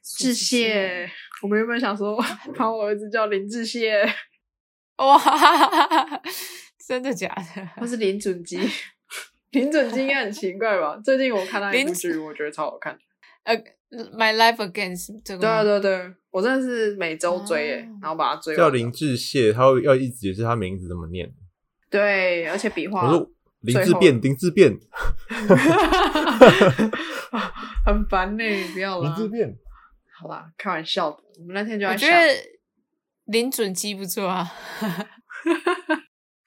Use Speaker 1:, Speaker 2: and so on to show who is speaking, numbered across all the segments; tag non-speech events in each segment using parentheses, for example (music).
Speaker 1: 致谢。我们原本想 (laughs) 说把我儿子叫林致谢，
Speaker 2: (laughs) 哇，真的假
Speaker 1: 或
Speaker 2: 的？
Speaker 1: 是林准基。 (laughs) 林准基应该很奇怪吧？最近我看到一部
Speaker 2: 林
Speaker 1: 剧，我觉得超好看。
Speaker 2: 呃，My Life Against 这个
Speaker 1: 对
Speaker 2: 吗
Speaker 1: 啊，对啊对啊，我真的是每周追诶、
Speaker 2: 哦
Speaker 1: 然后把它追完
Speaker 3: 叫林志燮，他会要一直解释他名字怎么念。
Speaker 1: 对，而且笔画
Speaker 3: 我说林
Speaker 1: 最
Speaker 3: 志
Speaker 1: 后
Speaker 3: 变，林志变，
Speaker 1: 很烦呢、不要
Speaker 3: 林
Speaker 1: 啦。
Speaker 3: 志变。
Speaker 1: 好啦，开玩笑的。我们那天就
Speaker 2: 我
Speaker 1: 在
Speaker 2: 觉
Speaker 1: 想，
Speaker 2: 得林准基不错啊，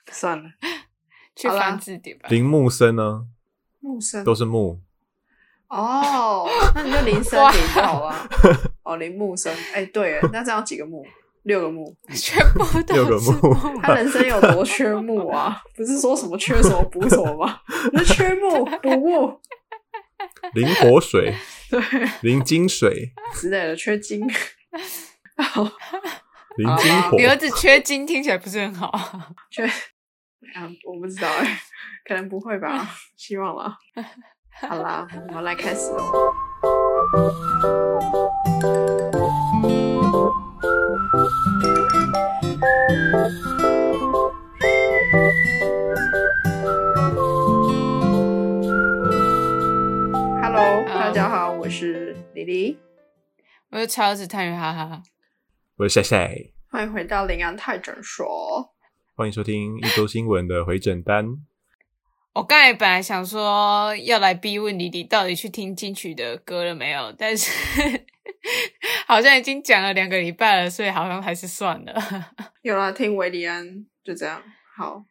Speaker 1: 算了，
Speaker 2: 去
Speaker 1: 好啦
Speaker 2: 翻字典吧。
Speaker 3: 林木生呢，
Speaker 1: 木生
Speaker 3: 都是木。
Speaker 1: 哦， (laughs) 那你就林森
Speaker 2: 哇
Speaker 1: 林就好 (laughs) 啦。哦，林木生，哎、对耶，那这样几个木？六个木。
Speaker 2: 全
Speaker 3: (laughs)
Speaker 2: 部都
Speaker 3: 六个
Speaker 2: 是
Speaker 3: 木
Speaker 2: 木
Speaker 1: 他人生有多缺木啊？不是说什么缺什么补什么吗？那缺木补木，
Speaker 3: 林火水，
Speaker 1: (laughs) 对
Speaker 3: 林金
Speaker 1: (laughs)
Speaker 3: 水，
Speaker 1: 之类的，缺金。 (laughs) 哎
Speaker 3: 林金火
Speaker 2: 你。儿子缺金听起来不是很好。
Speaker 1: 啊，我不知道哎、可能不会吧，希望啦。好啦，我们来开始哦。Hello，大家好，我是李黎，
Speaker 2: 我就超子探员，哈哈。
Speaker 3: 我是晒晒，
Speaker 1: 欢迎回到临安泰诊所。
Speaker 3: 欢迎收听一周新闻的回诊单。
Speaker 2: 我刚才本来想说要来逼问你，你到底去听金曲的歌了没有？但是 (laughs) 好像已经讲了两个礼拜了，所以好像还是算了。
Speaker 1: 有啦，听维里安，就这样。好，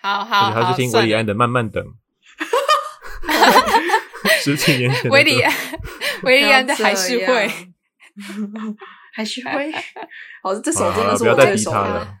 Speaker 2: 好， (laughs) 好，
Speaker 3: 而
Speaker 2: 好，
Speaker 3: 且他
Speaker 2: 好
Speaker 3: 是听
Speaker 2: 算
Speaker 3: 维里
Speaker 2: 了
Speaker 3: 安的《慢慢等》，
Speaker 1: (laughs)
Speaker 3: (laughs) 十几年前的歌
Speaker 2: 维里安，维里安 (laughs) 的
Speaker 1: 不要
Speaker 2: 还是
Speaker 1: 这
Speaker 2: 会
Speaker 1: 样。
Speaker 2: (laughs)
Speaker 1: 还是会。哦，这首真
Speaker 3: 好
Speaker 1: 的
Speaker 3: 啦
Speaker 1: 是
Speaker 3: 啊不要
Speaker 1: 我
Speaker 3: 再
Speaker 1: 最
Speaker 3: 逼
Speaker 1: 熟
Speaker 3: 他
Speaker 1: 的。
Speaker 3: 了。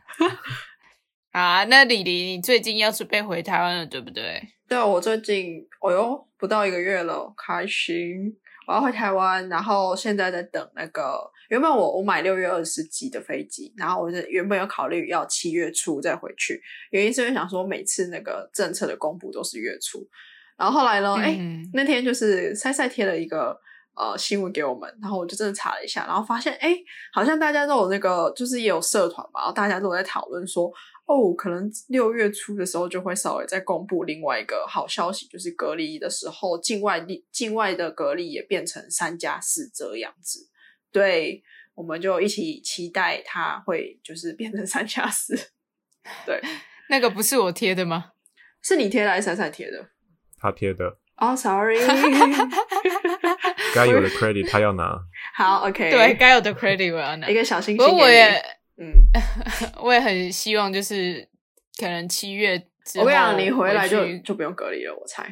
Speaker 2: 好啊，那李黎，你最近要准备回台湾了，对不对？
Speaker 1: 对，我最近，哦哟，不到一个月了，开心。我要回台湾，然后现在在等那个。原本我我买六月二十几的飞机，然后我是原本有考虑要七月初再回去，原因是因为想说每次那个政策的公布都是月初，然后后来呢，哎、
Speaker 2: 嗯
Speaker 1: 那天就是塞塞贴了一个呃新闻给我们，然后我就真的查了一下，然后发现哎、诶好像大家都有那个，就是也有社团嘛，然后大家都有在讨论说，哦，可能六月初的时候就会稍微再公布另外一个好消息，就是隔离的时候，境外离境外的隔离也变成三加四这样子，对，我们就一起期待它会就是变成三加四，
Speaker 2: 那个不是我贴
Speaker 1: (laughs)
Speaker 2: 的吗？
Speaker 1: 是你贴的还是闪闪贴的？
Speaker 3: 他贴的，
Speaker 1: 哦、s o r r y
Speaker 3: 该有的 credit 他要拿。
Speaker 1: (laughs) 好，OK，
Speaker 2: 对，，该有的 credit 我要拿
Speaker 1: 一。个小星
Speaker 2: 不
Speaker 1: 星给你，
Speaker 2: 过我也，
Speaker 1: 嗯。
Speaker 2: 我也 (laughs) 很希望，就是可能七月之
Speaker 1: 我
Speaker 2: 后
Speaker 1: 跟你讲，你回
Speaker 2: 回
Speaker 1: 来就
Speaker 2: 去
Speaker 1: 就不用隔离了，我猜。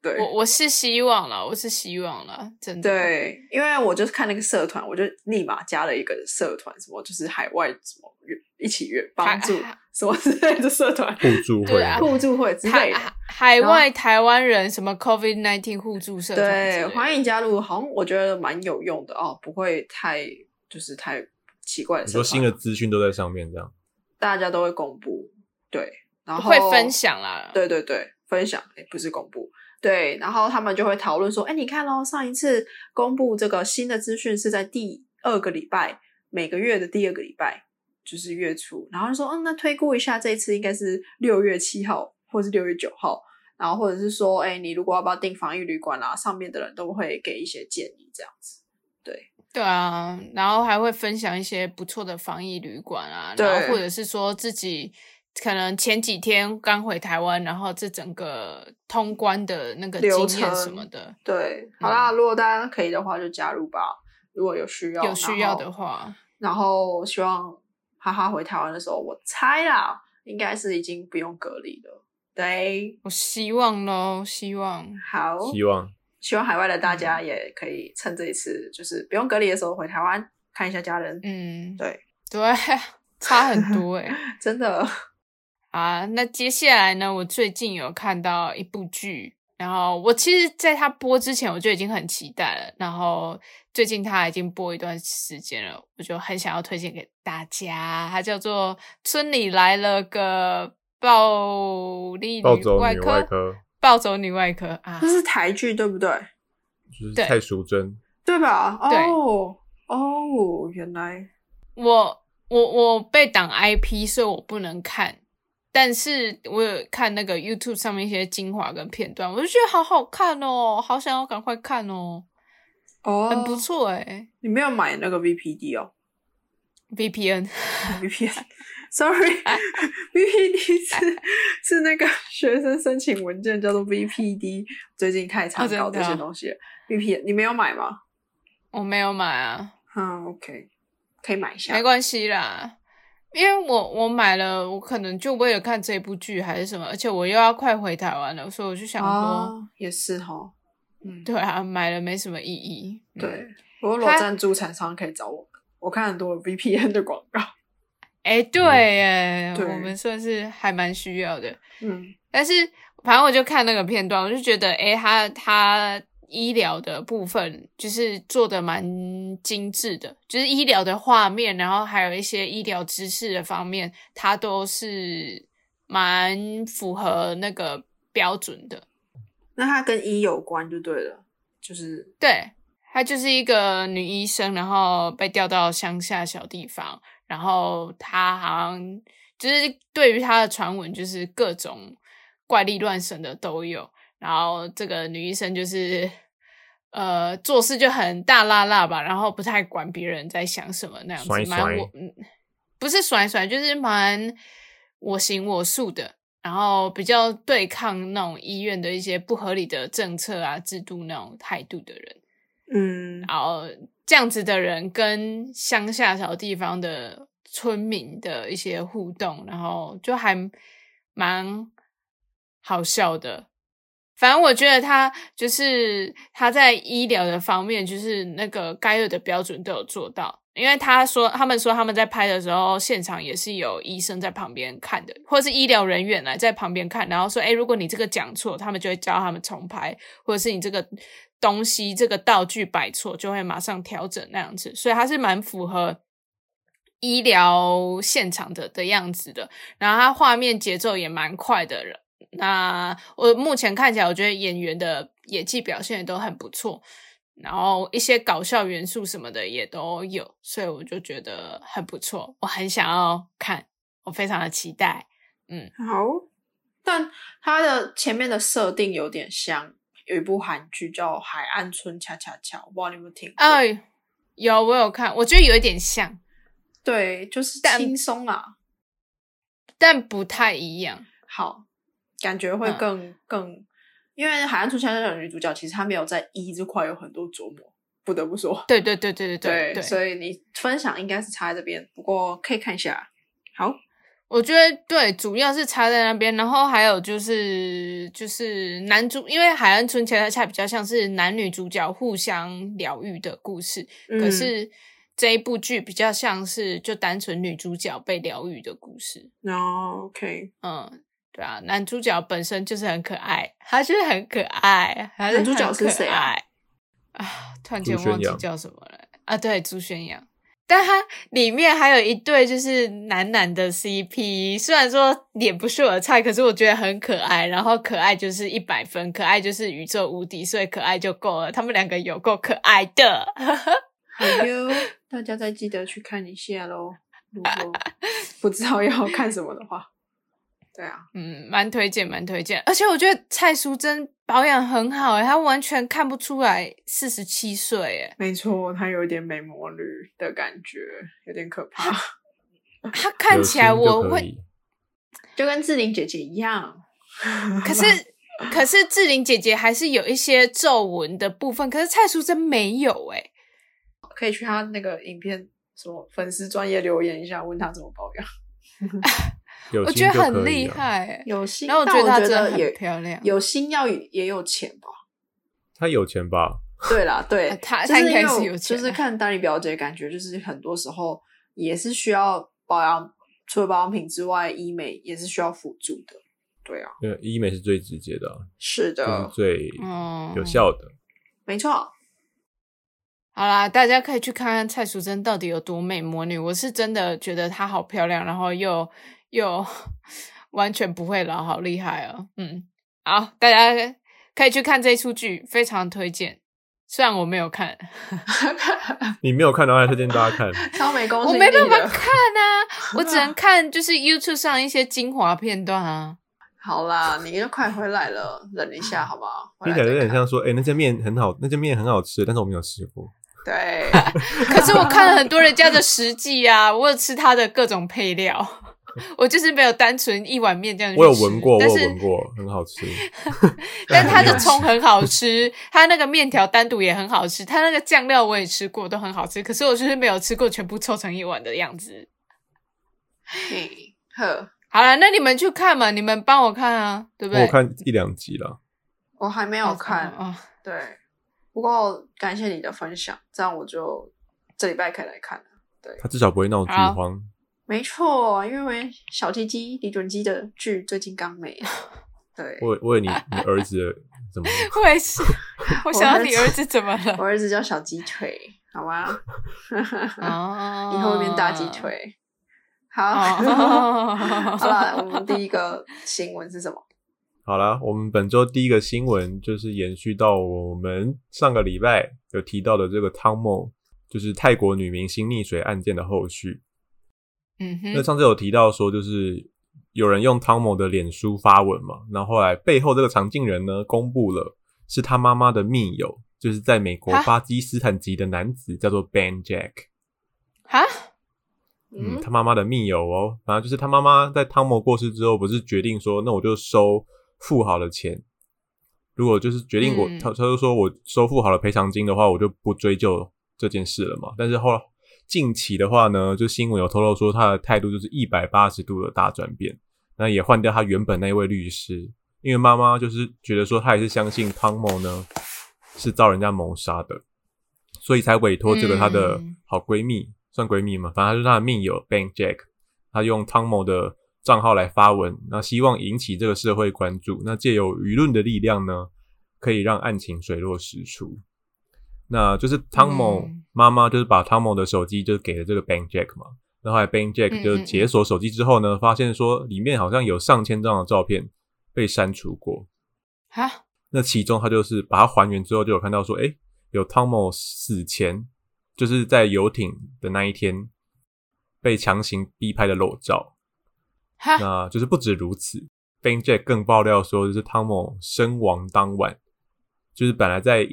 Speaker 1: 对
Speaker 2: 我我是希望了，我是希望了，真的。，
Speaker 1: 对，因为我就是看那个社团，我就立马加了一个社团，什么就是海外什么一起远帮助
Speaker 2: 海
Speaker 1: 什么之类的社团，
Speaker 3: 互助会
Speaker 2: 对，啊
Speaker 1: 互助会之类
Speaker 2: 海
Speaker 1: 的。
Speaker 2: 海外台湾人什么 COVID nineteen 互助社团之类
Speaker 1: 对，
Speaker 2: 的，
Speaker 1: 欢迎加入，好像我觉得蛮有用的哦，不会太就是太奇怪的
Speaker 3: 你
Speaker 1: 社
Speaker 3: 说新
Speaker 1: 团，
Speaker 3: 的资讯都在上面，这样
Speaker 1: 大家都会公布。对，然后
Speaker 2: 会分享啦。
Speaker 1: 对对对，分享，哎，不是公布。对，然后他们就会讨论说，哎，你看喽，上一次公布这个新的资讯是在第二个礼拜，每个月的第二个礼拜，就是月初。然后就说，嗯，那推估一下，这一次应该是六月七号或是六月九号。然后或者是说，哎，你如果要不要订防疫旅馆啦、上面的人都会给一些建议，这样子。
Speaker 2: 对啊，然后还会分享一些不错的防疫旅馆啊，
Speaker 1: 对
Speaker 2: 然后或者是说自己可能前几天刚回台湾，然后这整个通关的那个
Speaker 1: 流
Speaker 2: 经验什
Speaker 1: 程
Speaker 2: 么的，
Speaker 1: 对，好啦，如果大家可以的话，就加入吧。如果有需要，
Speaker 2: 有需要的
Speaker 1: 话。
Speaker 2: 话，
Speaker 1: 然后希望哈哈回台湾的时候，我猜啦，应该是已经不用隔离了。对，
Speaker 2: 我希望喽，希望。
Speaker 1: 好，
Speaker 3: 希望
Speaker 1: 希望海外的大
Speaker 2: 嗯
Speaker 1: 家也可以趁这一次就是不用隔离的时候回台湾看一下家人。
Speaker 2: 嗯，
Speaker 1: 对
Speaker 2: 对， (laughs) 差很多哎、
Speaker 1: (laughs) 真的，
Speaker 2: 啊，那接下来呢？我最近有看到一部剧，然后我其实在它播之前我就已经很期待了，然后最近它已经播一段时间了，我就很想要推荐给大家。它叫做《村里来了个暴力
Speaker 3: 暴走
Speaker 2: 外
Speaker 3: 女
Speaker 2: 科
Speaker 3: 外》，科
Speaker 1: (laughs)
Speaker 2: 暴走女外科啊
Speaker 1: 这，是台剧对不对？
Speaker 3: 就是
Speaker 2: 对
Speaker 3: 蔡淑珍，
Speaker 1: 对吧？
Speaker 2: 对
Speaker 1: 哦哦，原来
Speaker 2: 我我我被挡 IP，所以我不能看。但是我有看那个 YouTube 上面一些精华跟片段，我就觉得好好看哦，好想要赶快看哦，
Speaker 1: 哦，
Speaker 2: 很不。错哎、
Speaker 1: 你没有买那个 VPD 哦
Speaker 2: VPN，
Speaker 1: (laughs) ，VPN，sorry，VPD
Speaker 2: (laughs)
Speaker 1: 是是那个学生申请文件叫做 VPD，最近太常
Speaker 2: 哦真的
Speaker 1: 搞这些东西了。VPN 你没有买吗？
Speaker 2: 我没有买啊，
Speaker 1: 嗯，OK，可以买一下
Speaker 2: 没。关系啦，因为我我买了，我可能就为了看这部剧还是什么，而且我又要快回台湾了，所以我就想说，
Speaker 1: 哦，也是哈，嗯，
Speaker 2: (laughs) 对啊，买了没什么意义。嗯
Speaker 1: 对，如果裸
Speaker 2: 它
Speaker 1: 赞助厂商可以找我们，我看很多 VPN 的广告。
Speaker 2: 哎、对耶，
Speaker 1: 嗯对
Speaker 2: 我们算是还蛮需要的。
Speaker 1: 嗯
Speaker 2: 但是反正我就看那个片段，我就觉得，哎、他他医疗的部分就是做的蛮精致的，就是医疗的画面，然后还有一些医疗知识的方面，它都是蛮符合那个标准的。
Speaker 1: 那它跟医有关就对了，就是
Speaker 2: 对，她就是一个女医生，然后被调到乡下小地方，然后她好像就是对于她的传闻，就是各种怪力乱神的都有。然后这个女医生就是呃做事就很大辣辣吧，然后不太管别人在想什么那样子，
Speaker 3: 甩
Speaker 2: 蛮
Speaker 3: 甩
Speaker 2: 我嗯不是甩甩，就是蛮我行我素的。然后比较对抗那种医院的一些不合理的政策啊、制度那种态度的人，
Speaker 1: 嗯
Speaker 2: 然后这样子的人跟乡下小地方的村民的一些互动，然后就还蛮好笑的。反正我觉得他就是他在医疗的方面，就是那个该有的标准都有做到。因为他说，他们说他们在拍的时候，现场也是有医生在旁边看的，或者是医疗人员来在旁边看，然后说：“哎，如果你这个讲错，他们就会教他们重拍，或者是你这个东西、这个道具摆错，就会马上调整那样子。”所以它是蛮符合医疗现场的的样子的。然后它画面节奏也蛮快的，那我目前看起来，我觉得演员的演技表现也都很不错，然后一些搞笑元素什么的也都有，所以我就觉得很不错，我很想要看，我非常的期待。
Speaker 1: 好，但它的前面的设定有点像有一部韩剧叫《海岸村恰恰恰》，我不知道你有没有听过？
Speaker 2: 哎，有我有看，我觉得有一点像，
Speaker 1: 对，就是
Speaker 2: 但
Speaker 1: 轻松啊啦，
Speaker 2: 但不太一样。
Speaker 1: 好，感觉会
Speaker 2: 嗯
Speaker 1: 更、更，因为《海岸村恰恰恰》的女主角其实她没有在一这块有很多琢磨，不得不说，
Speaker 2: 对对对对 (laughs) 对对，
Speaker 1: 所以你分享应该是差在这边，不过可以看一下。好，
Speaker 2: 我觉得对，主要是差在那边，然后还有就是就是男主，因为海岸村恰恰恰比较像是男女主角互相疗愈的故事，
Speaker 1: 嗯
Speaker 2: 可是这一部剧比较像是就单纯女主角被疗愈的故事。
Speaker 1: 哦，OK，
Speaker 2: 嗯，对啊，男主角本身就是很可爱，他就是很可爱，他
Speaker 1: 男主角是谁啊
Speaker 2: 啊？啊，突然间
Speaker 3: 朱
Speaker 2: 忘
Speaker 3: 宣
Speaker 2: 记
Speaker 3: 阳
Speaker 2: 叫什么了啊！对，朱宣阳。但他里面还有一对就是男男的 CP，虽然说脸不是我的菜，可是我觉得很可爱。然后可爱就是一百分，可爱就是宇宙无敌，所以可爱就够了。他们两个有够可爱的。
Speaker 1: 好哟，大家再记得去看一下喽。如
Speaker 2: (laughs)
Speaker 1: 果不知道要看什么的话，对啊，
Speaker 2: 嗯，蛮推荐，蛮推荐。而且我觉得蔡淑珍保养很好欸诶、她完全看不出来四十七岁欸诶，
Speaker 1: 没错，它有一点美魔女的感觉，有点可
Speaker 2: (laughs)
Speaker 1: 怕，哦
Speaker 2: 她看起来
Speaker 3: 有心就
Speaker 2: 我
Speaker 3: 可
Speaker 2: 会，
Speaker 3: 以
Speaker 1: 就跟志玲姐姐一样。
Speaker 2: 可是可是志玲姐姐还是有一些皱纹的部分，可是蔡淑珍没有欸诶、
Speaker 1: 可以去他那个影片什么粉丝专业留言一下，问他怎么保养。
Speaker 3: 有
Speaker 2: 我
Speaker 3: 心
Speaker 2: 觉得
Speaker 3: 就
Speaker 2: 很
Speaker 3: 可以
Speaker 2: 厉
Speaker 3: 啊。
Speaker 2: 害、欸。
Speaker 1: 有心，
Speaker 2: 然后我
Speaker 1: 但
Speaker 2: 觉得她
Speaker 1: 我
Speaker 2: 真的
Speaker 1: 得
Speaker 2: 很
Speaker 1: 也
Speaker 2: 漂亮
Speaker 1: 有心要也有钱吧。
Speaker 3: 他有钱吧？
Speaker 1: (laughs) 对啦，对，
Speaker 2: 她
Speaker 1: 就是
Speaker 2: 她呃应该
Speaker 1: 因为
Speaker 2: 是
Speaker 1: 我
Speaker 2: 有钱
Speaker 1: 就是
Speaker 2: 啊
Speaker 1: 看丹妮表姐，感觉就是很多时候也是需要保养，除了保养品之外，医美也是需要辅助的。对啊，
Speaker 3: 因为医美是最直接的啊、
Speaker 1: 是
Speaker 3: 这
Speaker 1: 的
Speaker 3: 是，最
Speaker 2: 哦
Speaker 3: 有效的。
Speaker 1: 没错。
Speaker 2: 好啦，大家可以去看看蔡淑珍到底有多美魔女。我是真的觉得她好漂亮，然后又又 (laughs) 完全不会老，好厉害哦。嗯，好，大家可以去看这一出剧，非常推荐。虽然我没有看，
Speaker 3: 你没有看的话，推荐大家
Speaker 2: (laughs)
Speaker 3: 看。
Speaker 1: 超没公
Speaker 2: 我
Speaker 1: 信力
Speaker 2: 没办法
Speaker 1: 的。
Speaker 2: 看啊，我只能看就是 YouTube 上一些精华片段啊。
Speaker 1: 好啦，你就快回来了，忍一下好不好？回来
Speaker 3: 听起来有
Speaker 1: 再
Speaker 3: 点
Speaker 1: 看
Speaker 3: 像说，哎、那家面很好，那家面很好吃，但是我没有吃过。
Speaker 1: 对，
Speaker 2: 可是我看了很多人家的实际啊，我有吃它的各种配料， (laughs) 我就是没有单纯一碗面这样去
Speaker 3: 我有
Speaker 2: 吃
Speaker 3: 闻过，我
Speaker 2: 但
Speaker 3: 有
Speaker 2: 是
Speaker 3: 闻过，很好
Speaker 2: (laughs)
Speaker 3: 吃。
Speaker 2: 但它
Speaker 3: 没有
Speaker 2: 的
Speaker 3: 吃
Speaker 2: 葱很好吃， (laughs) 它那个面条单独也很好吃，它那个酱料我也吃过，都很好吃。可是我就是没有吃过全部凑成一碗的样子。 (laughs)
Speaker 1: 嘿呵，
Speaker 2: 好了，那你们去看嘛，你们帮我看啊，对不对？
Speaker 3: 我看一两集了，
Speaker 1: 我还没有看。
Speaker 2: 啊、哦
Speaker 1: 对，不过感谢你的分享，这样我就这礼拜可以来看了。
Speaker 3: 他至少不会闹剧
Speaker 2: 好
Speaker 3: 荒。
Speaker 1: 没错，因为小鸡鸡李准基的剧最近刚没
Speaker 3: (laughs)
Speaker 1: 了。对，
Speaker 3: 为为你你儿子的怎么？
Speaker 2: 我也是， (laughs) 我想到你儿子怎么
Speaker 1: (laughs) 我
Speaker 2: (laughs) 了？
Speaker 1: 儿子叫小鸡腿，好吗？
Speaker 2: 哦
Speaker 1: 以后会变大鸡。腿。好，
Speaker 2: 哦
Speaker 1: (laughs) 好了，我们第一个新闻是什么？
Speaker 3: 好啦，我们本周第一个新闻就是延续到我们上个礼拜有提到的这个汤姆，就是泰国女明星溺水案件的后续。
Speaker 2: 嗯
Speaker 3: 那
Speaker 2: 哼，
Speaker 3: 上次有提到说，就是有人用汤姆的脸书发文嘛，然后后来背后这个常进人呢，公布了是他妈妈的密友，就是在美国
Speaker 2: 啊
Speaker 3: 巴基斯坦籍的男子，叫做 Ben Jack。
Speaker 2: 哈，
Speaker 3: 嗯，他妈妈的密友哦，然后就是他妈妈在汤姆过世之后，不是决定说，那我就收富豪的钱。如果就是决定我，
Speaker 2: 嗯
Speaker 3: 他他就说我收富豪的赔偿金的话，我就不追究这件事了嘛。但是后来近期的话呢，就新闻有透露说他的态度就是一百八十度的大转变，那也换掉他原本那位律师，因为妈妈就是觉得说她也是相信汤姆呢是遭人家谋杀的，所以才委托这个她的
Speaker 2: 嗯
Speaker 3: 好闺蜜，算闺蜜嘛，反正她就是她的密友 Bank Jack，她用汤姆的账号来发文，那希望引起这个社会关注，那借由舆论的力量呢，可以让案情水落石出。那就是汤姆
Speaker 2: 嗯
Speaker 3: 妈妈就是把汤姆的手机就给了这个 Bank Jack 嘛，然后后来 Bank
Speaker 2: 嗯
Speaker 3: Jack 就
Speaker 2: 嗯
Speaker 3: 解锁手机之后呢，发现说里面好像有上千张的照片被删除过。
Speaker 2: 哈，
Speaker 3: 那其中他就是把它还原之后，就有看到说，诶，有汤姆死前就是在游艇的那一天被强行逼拍的裸照。
Speaker 2: 哈，
Speaker 3: 那就是不止如此，Ben Jack 更爆料说，就是汤姆身亡当晚，就是本来在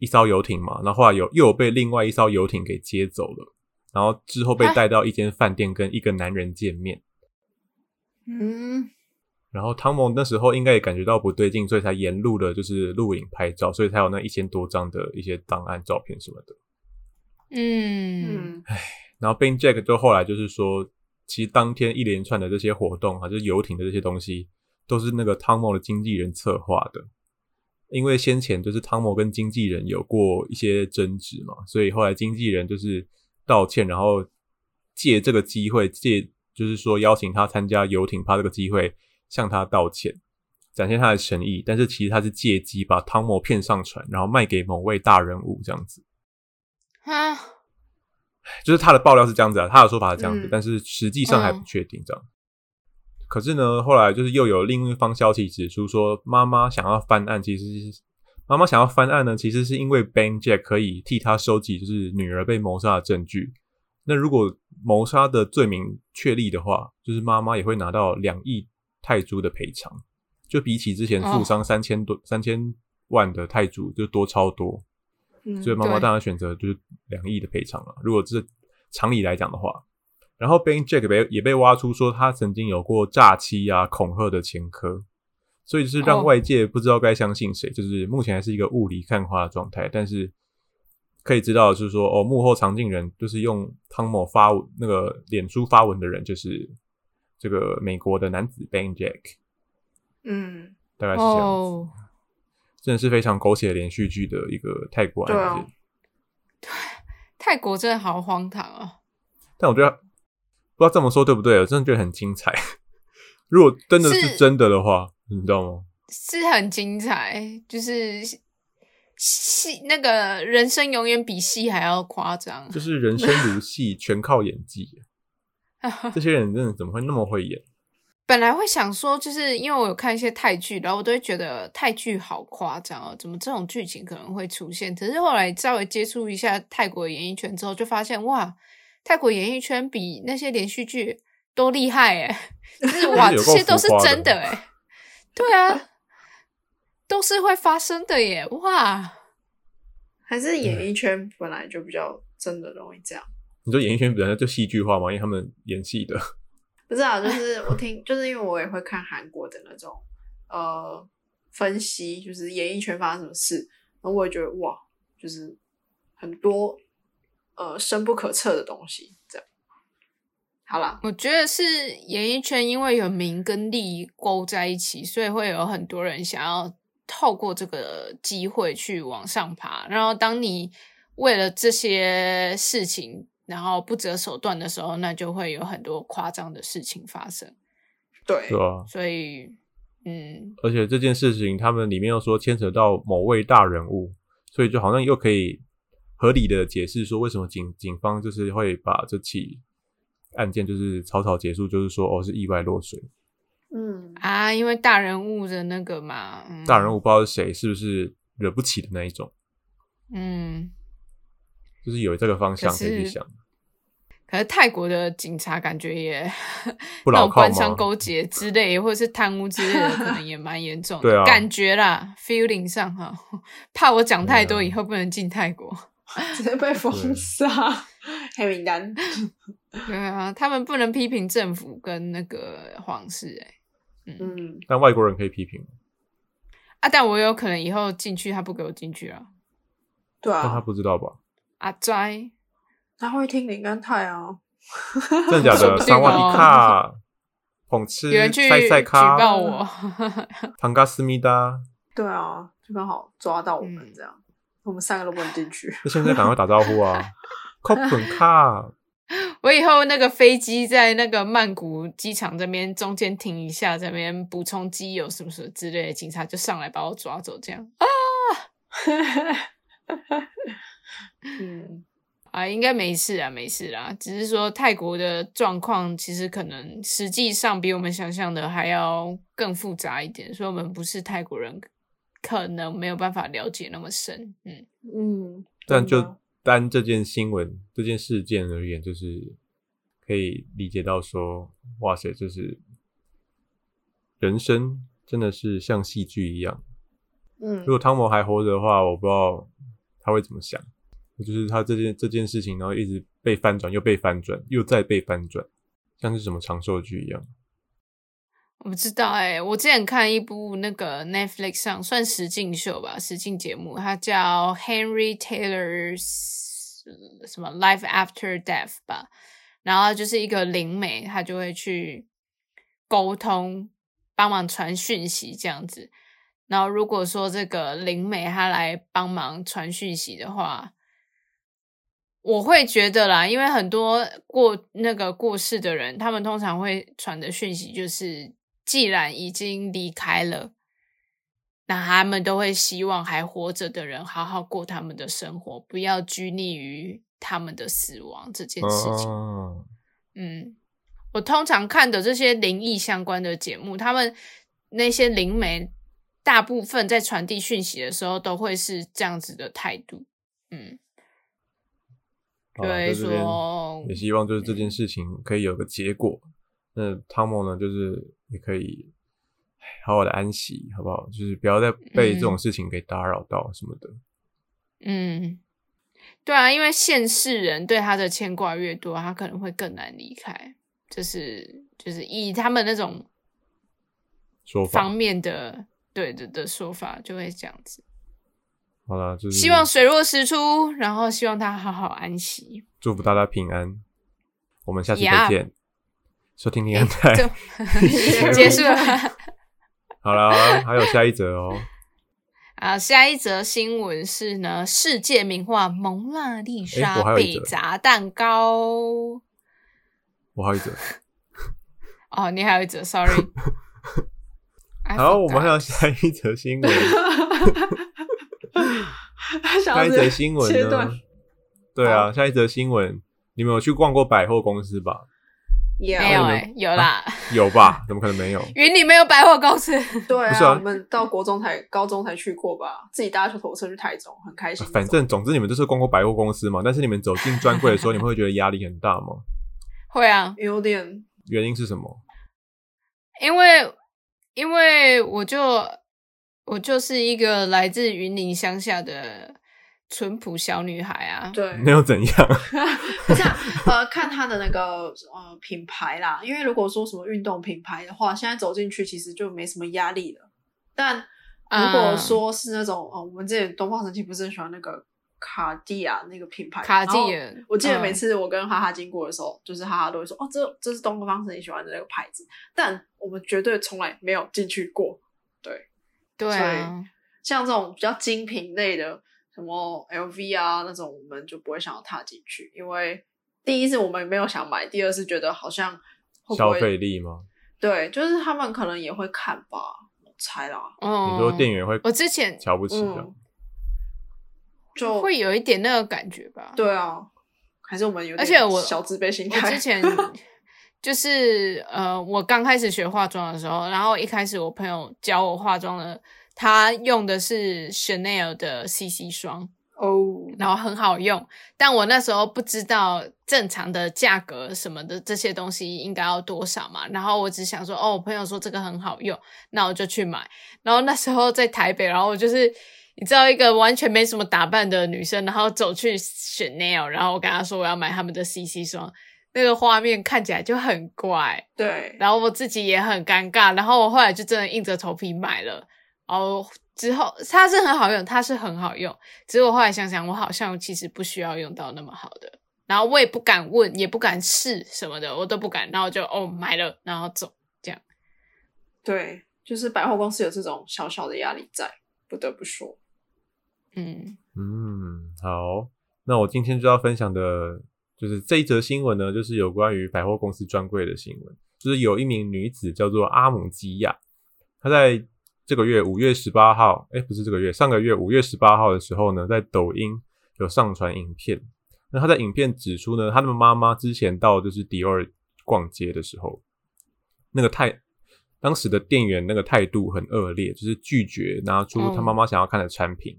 Speaker 3: 一艘游艇嘛，然后后来有又有被另外一艘游艇给接走了，然后之后被
Speaker 2: 啊
Speaker 3: 带到一间饭店跟一个男人见面。
Speaker 1: 嗯，
Speaker 3: 然后汤姆那时候应该也感觉到不对劲，所以才沿路的就是录影拍照，所以才有那一千多张的一些档案照片什么的。
Speaker 2: 嗯
Speaker 1: 嗯，
Speaker 3: 然后 Ben Jack 就后来就是说，其实当天一连串的这些活动啊，就是游艇的这些东西，都是那个汤姆的经纪人策划的。因为先前就是汤姆跟经纪人有过一些争执嘛，所以后来经纪人就是道歉，然后借这个机会，借就是说邀请他参加游艇趴这个机会，向他道歉，展现他的诚意。但是其实他是借机把汤姆骗上船，然后卖给某位大人物这样子。
Speaker 2: 哈，
Speaker 3: 就是他的爆料是这样子啊，他的说法是这样子，
Speaker 1: 嗯
Speaker 3: 但是实际上还不确定这样。可是呢，后来就是又有另一方消息指出说，妈妈想要翻案，其实是妈妈想要翻案呢，其实是因为 Ben Jack 可以替他收集就是女儿被谋杀的证据。那如果谋杀的罪名确立的话，就是妈妈也会拿到两亿泰铢的赔偿，就比起之前负伤三千多、三千万的泰铢就多超
Speaker 1: 嗯
Speaker 3: 多。所以妈妈
Speaker 2: 对
Speaker 3: 当然选择就是两亿的赔偿了。如果这是常理来讲的话，然后 Ben Jack 被也被挖出说他曾经有过诈欺啊、恐吓的前科，所以就是让
Speaker 2: 哦
Speaker 3: 外界不知道该相信谁。就是目前还是一个雾里看花的状态，但是可以知道的是说，哦，幕后常进人就是用汤姆发文那个脸书发文的人，就是这个美国的男子 Ben Jack，
Speaker 1: 嗯，
Speaker 3: 大概是这样子。
Speaker 2: 哦，
Speaker 3: 真的是非常狗血连续剧的一个泰国案
Speaker 1: 对啊
Speaker 3: 件。
Speaker 2: 泰国真的好荒唐啊！
Speaker 3: 但我觉得不知道这么说对不对，我真的觉得很精彩。如果真的是
Speaker 2: 是
Speaker 3: 真的的话，你知道 (laughs) 吗？
Speaker 2: 是很精彩，就是戏那个人生永远比戏还要夸张。
Speaker 3: 就是 (laughs) 人生如戏，全靠演技。这些人真的怎么会那么会演？
Speaker 2: 本来会想说，就是因为我有看一些泰剧，然后我都会觉得泰剧好夸张哦，怎么这种剧情可能会出现？可是后来稍微接触一下泰国演艺圈之后，就发现哇，泰国演艺圈比那些连续剧都厉害
Speaker 3: (laughs)
Speaker 2: 哎，就是哇，
Speaker 3: 有
Speaker 2: 这
Speaker 3: 够
Speaker 2: 些都是
Speaker 3: 浮夸的
Speaker 2: 真的
Speaker 3: (laughs)
Speaker 2: 哎，对啊，都是会发生的耶，哇，
Speaker 1: 还是演艺圈本来就比较真的容易这样。
Speaker 3: 你说演艺圈本来就戏剧化嘛，因为他们演戏的，
Speaker 1: 不知道，就是我听，就是因为我也会看韩国的那种呃分析，就是演艺圈发生什么事，然后我也觉得哇，就是很多呃深不可测的东西，这样。好啦，
Speaker 2: 我觉得是演艺圈，因为有名跟利勾在一起，所以会有很多人想要透过这个机会去往上爬。然后，当你为了这些事情，然后不择手段的时候，那就会有很多夸张的事情发生。
Speaker 1: 对
Speaker 3: 对，吧、
Speaker 2: 所以，嗯，
Speaker 3: 而且这件事情，他们里面又说牵扯到某位大人物，所以就好像又可以合理的解释说，为什么警警方就是会把这起案件就是草草结束，就是说哦是意外落水，
Speaker 1: 嗯，
Speaker 2: 啊，因为大人物的那个嘛，嗯、
Speaker 3: 大人物，不知道是谁，是不是惹不起的那一种，
Speaker 2: 嗯。
Speaker 3: 就是有这个方向
Speaker 2: 可
Speaker 3: 可
Speaker 2: 是
Speaker 3: 以去想，
Speaker 2: 可是泰国的警察感觉也 (laughs)
Speaker 3: 不
Speaker 2: 那
Speaker 3: 牢
Speaker 2: 种
Speaker 3: 靠
Speaker 2: 官商
Speaker 3: 吗？
Speaker 2: 勾结之类，或者是贪污之类的，可能也蛮严重的。
Speaker 3: (laughs) 对啊
Speaker 2: 感觉啦，feeling 上哈，怕我讲太多，
Speaker 3: 对啊
Speaker 2: 以后不能进泰国。 (laughs)
Speaker 1: 直接被封杀黑名单。
Speaker 2: 对啊，他们不能批评政府跟那个皇室、欸，嗯
Speaker 1: 嗯，
Speaker 3: 但外国人可以批评，
Speaker 2: 啊，但我有可能以后进去，他不给我进去了。
Speaker 1: 对
Speaker 3: 但他
Speaker 1: 啊，
Speaker 3: 不知
Speaker 2: (laughs)
Speaker 3: 道吧？
Speaker 2: 阿斋，
Speaker 1: 他会听林甘泰啊，
Speaker 3: 真的假
Speaker 2: 说
Speaker 3: 的？
Speaker 2: 不定
Speaker 3: 三万
Speaker 2: 哦
Speaker 3: 一卡，捧吃
Speaker 2: 有人去
Speaker 3: 塞塞
Speaker 2: 举
Speaker 3: 卡，
Speaker 2: 报我， (laughs)
Speaker 3: 唐嘎思密达。
Speaker 1: 对啊，就刚好抓到我们
Speaker 2: 嗯
Speaker 1: 这样，我们三个都不能进去。
Speaker 3: 那现在赶快打招
Speaker 2: (laughs)
Speaker 3: 呼啊！靠本卡，
Speaker 2: 我以后那个飞机在那个曼谷机场这边中间停一下，这边补充机油什么什么之类的，警察就上来把我抓走，这样。
Speaker 1: 嗯，
Speaker 2: 啊，应该没事啊，没事啦。只是说泰国的状况其实可能实际上比我们想象的还要更复杂一点，所以我们不是泰国人，可能没有办法了解那么深。嗯，
Speaker 1: 嗯，
Speaker 3: 但
Speaker 1: 真的
Speaker 3: 就单这件新闻、这件事件而言，就是可以理解到说，哇塞，就是人生真的是像戏剧一样。
Speaker 1: 嗯
Speaker 3: 如，果汤姆还活着的话，我不知道他会怎么想。就是他这件这件事情，然后一直被翻转，又被翻转，又再被翻转，像是什么长寿剧一样。
Speaker 2: 我不知道哎、我之前看一部那个 Netflix 上算实境秀吧，实境节目，它叫 Henry Taylor's 呃什么 Life After Death 吧，然后就是一个灵媒，她就会去沟通，帮忙传讯息这样子。然后如果说这个灵媒她来帮忙传讯息的话，我会觉得啦，因为很多过那个过世的人，他们通常会传的讯息就是，既然已经离开了，那他们都会希望还活着的人好好过他们的生活，不要拘泥于他们的死亡这件事情。
Speaker 3: 哦，
Speaker 2: 嗯，我通常看的这些灵异相关的节目，他们那些灵媒大部分在传递讯息的时候，都会是这样子的态度。嗯，
Speaker 3: 好啦
Speaker 2: 对
Speaker 3: 哦在这边
Speaker 2: 说嗯
Speaker 3: 也希望就是这件事情可以有个结果。那汤姆呢，就是也可以唉好好的安息，好不好？就是不要再被这种事情给打扰到什么的。
Speaker 2: 嗯，对啊，因为现世人对他的牵挂越多，他可能会更难离开。就是就是以他们那种
Speaker 3: 说法
Speaker 2: 方面的对的的说法，就会这样子。
Speaker 3: 好啦，就是
Speaker 2: 希望水落石出，然后希望他好好安息。
Speaker 3: 祝福大家平安。我们下次再
Speaker 2: Yeah 哎
Speaker 3: 见，收听平
Speaker 2: (laughs)
Speaker 3: 安台。
Speaker 2: 就 (laughs) 结束了。
Speaker 3: 好啦，还有下一则哦。
Speaker 2: 啊，下一则新闻是呢，世界名画《蒙娜丽
Speaker 3: 诶我还
Speaker 2: 莎》
Speaker 3: 有一
Speaker 2: 被
Speaker 3: 则
Speaker 2: 砸蛋糕。
Speaker 3: 我还有一则，
Speaker 2: 哦，你还有一则，sorry。I
Speaker 3: 好，我们还
Speaker 2: forgot
Speaker 3: 有下一则新闻。
Speaker 1: 他想
Speaker 3: 下
Speaker 1: 要
Speaker 3: 一
Speaker 1: 直
Speaker 3: 则
Speaker 1: 接
Speaker 3: 新闻
Speaker 1: 切
Speaker 3: 呢
Speaker 1: 断？
Speaker 3: 对啊，下一则新闻，你们有去逛过百货公司吧？
Speaker 1: 也
Speaker 2: 没有
Speaker 3: 那
Speaker 2: 哎、
Speaker 3: 你们
Speaker 2: 有啦，
Speaker 3: 有吧？怎么可能没有？
Speaker 2: 云里没有百货公司，
Speaker 1: 对
Speaker 3: 不是啊
Speaker 1: 我们到国中才、高中才去过吧，自己搭小火车去台中，很开心。
Speaker 3: 反正总之你们就是逛过百货公司嘛，但是你们走进专柜的时候，你们会觉得压力很大吗？
Speaker 2: 会啊，
Speaker 1: 有点
Speaker 3: 原因是什么？
Speaker 2: 因为因为我就我就是一个来自云林乡下的淳朴小女孩啊，
Speaker 3: (laughs)
Speaker 1: 对，
Speaker 3: 没有怎样，
Speaker 1: (laughs) 不是、啊、呃，看它的那个呃品牌啦，因为如果说什么运动品牌的话，现在走进去其实就没什么压力了。但如果
Speaker 2: 嗯
Speaker 1: 说是那种、呃，我们之前东方神起不是很喜欢那个卡地亚那个品牌，
Speaker 2: 卡地
Speaker 1: 然后
Speaker 2: 亚，
Speaker 1: 哦我记得每
Speaker 2: 嗯
Speaker 1: 次我跟哈哈经过的时候，就是哈哈都会说：“哦，这这是东方神起喜欢的那个牌子。”但我们绝对从来没有进去过。
Speaker 2: 对啊，
Speaker 1: 像这种比较精品类的，什么 LV 啊那种，我们就不会想要踏进去，因为第一是我们没有想买，第二是觉得好像会不
Speaker 3: 消
Speaker 1: 会
Speaker 3: 费力吗？
Speaker 1: 对，就是他们可能也会看吧，我猜啦，
Speaker 2: 哦，
Speaker 3: 你说店员会
Speaker 2: 我之前
Speaker 3: 瞧不起的
Speaker 1: 嗯，，就
Speaker 2: 会有一点那个感觉吧，
Speaker 1: 对啊，还是我们有点
Speaker 2: 而且我
Speaker 1: 小自卑心
Speaker 2: 我
Speaker 1: 态，(laughs)
Speaker 2: 之前就是呃，我刚开始学化妆的时候，然后一开始我朋友教我化妆的，他用的是 Chanel 的 CC 霜，
Speaker 1: 哦，
Speaker 2: 然后很好用，但我那时候不知道正常的价格什么的这些东西应该要多少嘛，然后我只想说，哦，我朋友说这个很好用，那我就去买。然后那时候在台北，然后我就是你知道一个完全没什么打扮的女生，然后走去 Chanel，然后我跟她说我要买他们的 CC 霜，那个画面看起来就很怪，
Speaker 1: 对，
Speaker 2: 然后我自己也很尴尬，然后我后来就真的硬着头皮买了，然后之后它是很好用，它是很好用，只是我后来想想，我好像其实不需要用到那么好的，然后我也不敢问，也不敢试什么的，我都不敢，然后我就哦买了，然后走，
Speaker 1: 对，就是百货公司有这种小小的压力在，不得不说，
Speaker 2: 嗯，
Speaker 3: 嗯，好，那我今天就要分享的，就是这一则新闻呢，就是有关于百货公司专柜的新闻，就是有一名女子叫做阿姆基亚，她在这个月五月十八号，哎，不是这个月，上个月五月十八号的时候呢，在抖音有上传影片。那她在影片指出呢，她的妈妈之前到就是迪奥逛街的时候，那个态，当时的店员那个态度很恶劣，就是拒绝拿出她妈妈想要看的产品。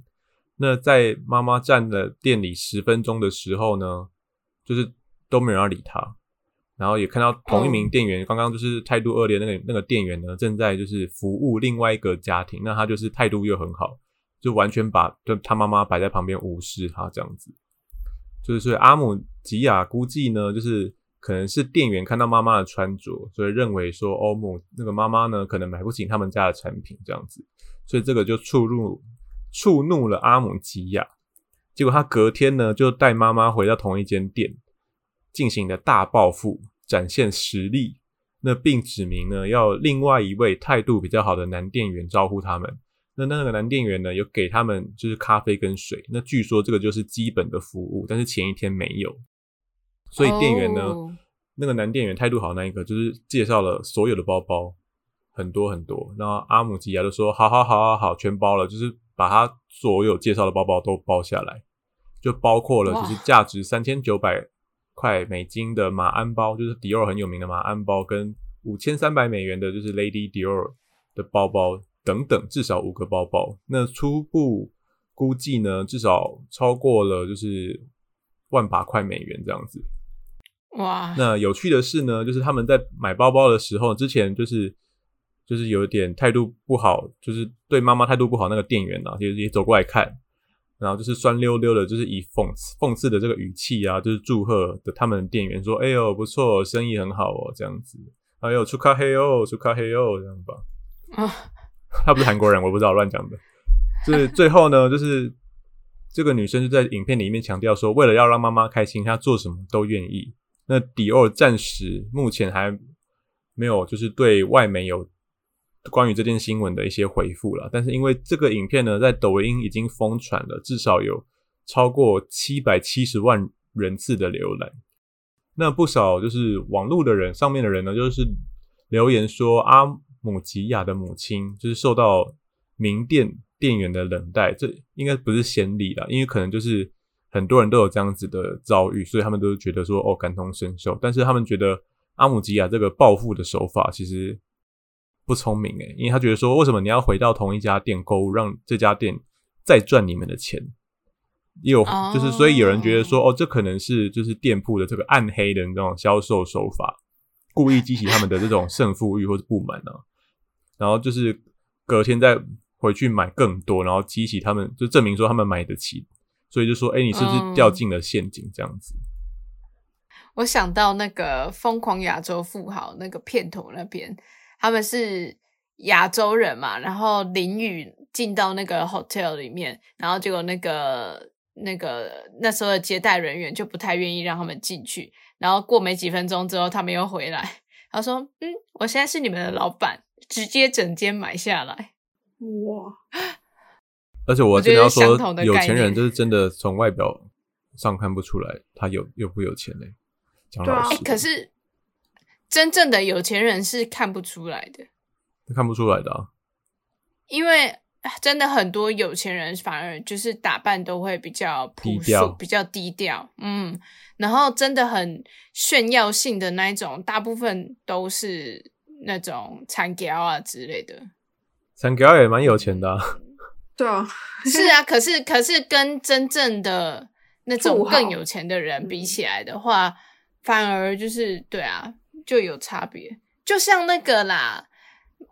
Speaker 3: 那在妈妈站了店里十分钟的时候呢，就是都没有人要理她。然后也看到同一名店员，刚刚就是态度恶劣那个那个店员呢，正在就是服务另外一个家庭，那他就是态度又很好，就完全把就他妈妈摆在旁边无视他这样子。就是所以阿姆吉亚估计呢，就是可能是店员看到妈妈的穿着，所以认为说欧姆那个妈妈呢，可能买不起他们家的产品这样子，所以这个就触怒触怒了阿姆吉亚。结果他隔天呢，就带妈妈回到同一间店，进行了大报复，展现实力。那并指明呢，要另外一位态度比较好的男店员招呼他们。那那个男店员呢，有给他们就是咖啡跟水。那据说这个就是基本的服务，但是前一天没有，所以店员呢
Speaker 2: 哦
Speaker 3: 那个男店员态度好那一个，就是介绍了所有的包包，很多很多。然后阿姆吉亚就说：“好好好好好，全包了，就是把他所有介绍的包包都包下来，就包括了就是
Speaker 2: 哇
Speaker 3: 价值三千九百块美金的马鞍包，就是迪奥很有名的马鞍包，跟五千三百美元的就是 Lady Dior 的包包等等，至少五个包包。那初步估计呢，至少超过了就是万把块美元这样子。
Speaker 2: 哇，
Speaker 3: 那有趣的是呢，就是他们在买包包的时候，之前就是就是有点态度不好，就是对妈妈态度不好那个店员啊，也也走过来看，然后就是酸溜溜的，就是以讽刺讽刺的这个语气啊，就是祝贺的他们的店员说：“哎呦，不错，生意很好哦，这样子。”哎呦，出咖黑哦，出咖黑哦，这样吧。
Speaker 2: 哦
Speaker 3: 他不是韩国人，我不知道乱讲的。就是最后呢，就是这个女生就在影片里面强调说，为了要让妈妈开心，她做什么都愿意。那迪奥暂时目前还没有就是对外媒有关于这件新闻的一些回复了，但是因为这个影片呢，在抖音已经疯传了，至少有超过七百七十万人次的浏览。那不少就是网络的人，上面的人呢，就是留言说阿姆吉亚的母亲就是受到名店店员的冷待，这应该不是先例啦，因为可能就是很多人都有这样子的遭遇，所以他们都觉得说哦感同身受，但是他们觉得阿姆吉亚这个报复的手法其实不聪明诶，因为他觉得说，为什么你要回到同一家店购物，让这家店再赚你们的钱？也有
Speaker 2: 哦
Speaker 3: 就是，所以有人觉得说，哦，这可能是就是店铺的这个暗黑的那种销售手法，故意激起他们的这种胜负欲或者不满啊。然后就是隔天再回去买更多，然后激起他们，就证明说他们买得起，所以就说，哎，你是不
Speaker 2: 嗯
Speaker 3: 是掉进了陷阱？这样子，
Speaker 2: 我想到那个《疯狂亚洲富豪》那个片头那边，他们是亚洲人嘛，然后淋雨进到那个 hotel 里面，然后结果那个那个那时候的接待人员就不太愿意让他们进去，然后过没几分钟之后，他们又回来，他说：“嗯，我现在是你们的老板，直接整间买下来。
Speaker 1: 哇，
Speaker 3: 而且我
Speaker 2: 我觉
Speaker 3: 真
Speaker 2: 得
Speaker 3: 的要
Speaker 2: 是相
Speaker 3: 说
Speaker 2: 同，的
Speaker 3: 有
Speaker 2: 概
Speaker 3: 钱人
Speaker 2: 念
Speaker 3: 就是真的从外表上看不出来他有有不有钱嘞、讲
Speaker 1: 对啊
Speaker 3: 老实
Speaker 2: 哎，
Speaker 3: 的，
Speaker 2: 可是真正的有钱人是看不出来的。
Speaker 3: 看不出来的啊。
Speaker 2: 因为真的很多有钱人反而就是打扮都会比较朴
Speaker 3: 低调
Speaker 2: 素，比较低调，嗯，然后真的很炫耀性的那一种，大部分都是那种产雕啊之类的。
Speaker 3: 三哥也蛮有钱的、啊，
Speaker 2: (laughs)
Speaker 1: 对啊， (laughs)
Speaker 2: 是啊，可是可是跟真正的那种
Speaker 1: 富豪嗯
Speaker 2: 更有钱的人比起来的话，反而就是对啊，就有差别。就像那个啦，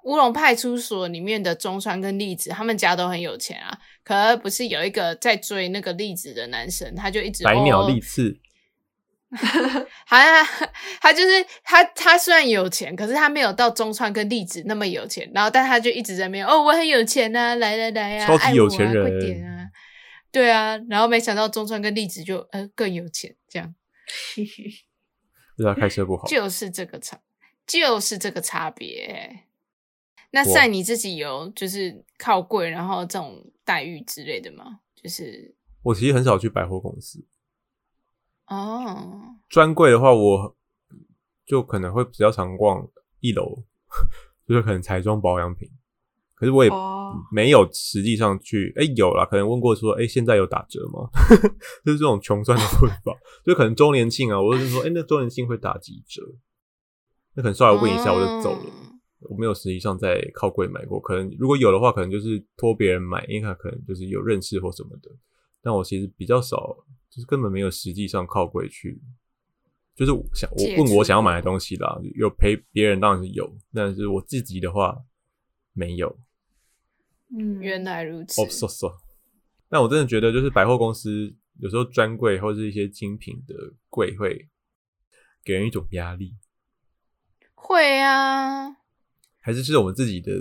Speaker 2: 乌龙派出所里面的中川跟栗子，他们家都很有钱啊。可是不是有一个在追那个栗子的男生，他就一直
Speaker 3: 百鸟
Speaker 2: 哦
Speaker 3: 立翅，
Speaker 2: 还他就是他，他虽然有钱，可是他没有到中川跟栗子那么有钱。然后，但他就一直在那边哦，我很有钱呐、来来来呀、啊，
Speaker 3: 超级
Speaker 2: 爱我
Speaker 3: 有钱人
Speaker 2: 啊，快点啊！对啊，然后没想到中川跟栗子就呃更有钱，这样
Speaker 3: 就是他开车不好。
Speaker 2: 就是这个差，就是这个差别欸、那
Speaker 3: 哇
Speaker 2: 赛你自己有就是靠贵，然后这种待遇之类的吗？就是
Speaker 3: 我其实很少去百货公司，
Speaker 2: 哦，
Speaker 3: 专柜的话，我就可能会比较常逛一楼， (laughs) 就是可能彩妆保养品。可是我
Speaker 1: (laughs)
Speaker 3: 也
Speaker 1: 哦，
Speaker 3: 没有实际上去，哎、有啦，可能问过说，哎、现在有打折吗？ (laughs) 就是这种穷酸的问法，就可能周年庆啊，我就说，哎、那周年庆会打几折？那可能稍微问一下我就走了，
Speaker 2: 嗯
Speaker 3: 我没有实际上在靠柜买过，可能如果有的话，可能就是托别人买，因为他可能就是有认识或什么的。但我其实比较少，就是根本没有实际上靠柜去，就是我想
Speaker 2: 接
Speaker 3: 我
Speaker 2: 触
Speaker 3: 问我想要买的东西啦，有陪别人当然是有，但是我自己的话没有。
Speaker 1: 嗯，
Speaker 2: 原来如此。
Speaker 3: 哦，说说。但我真的觉得，就是百货公司有时候专柜或是一些精品的柜会给人一种压力，
Speaker 2: 会啊，
Speaker 3: 还是是我们自己的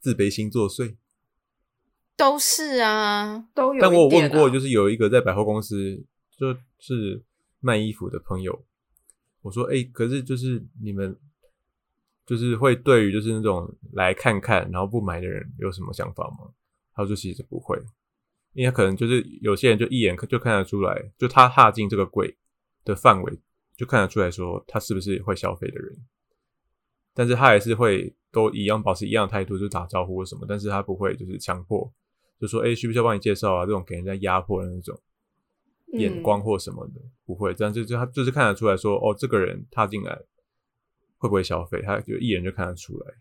Speaker 3: 自卑心作祟。
Speaker 2: 都是啊，
Speaker 1: 都有一点啊、
Speaker 3: 但我有问过，就是有一个在百货公司就是卖衣服的朋友，我说：“哎、可是就是你们就是会对于就是那种来看看然后不买的人有什么想法吗？”他说：“其实不会，因为可能就是有些人就一眼就看得出来，就他踏进这个柜的范围就看得出来说他是不是会消费的人，但是他还是会都一样保持一样的态度，就打招呼或什么，但是他不会就是强迫。”就说哎、诶需不需要帮你介绍啊？这种给人家压迫的那种
Speaker 1: 嗯
Speaker 3: 眼光或什么的，不会。但就就他就是看得出来说，哦，这个人踏进来会不会消费，他就一眼就看得出来。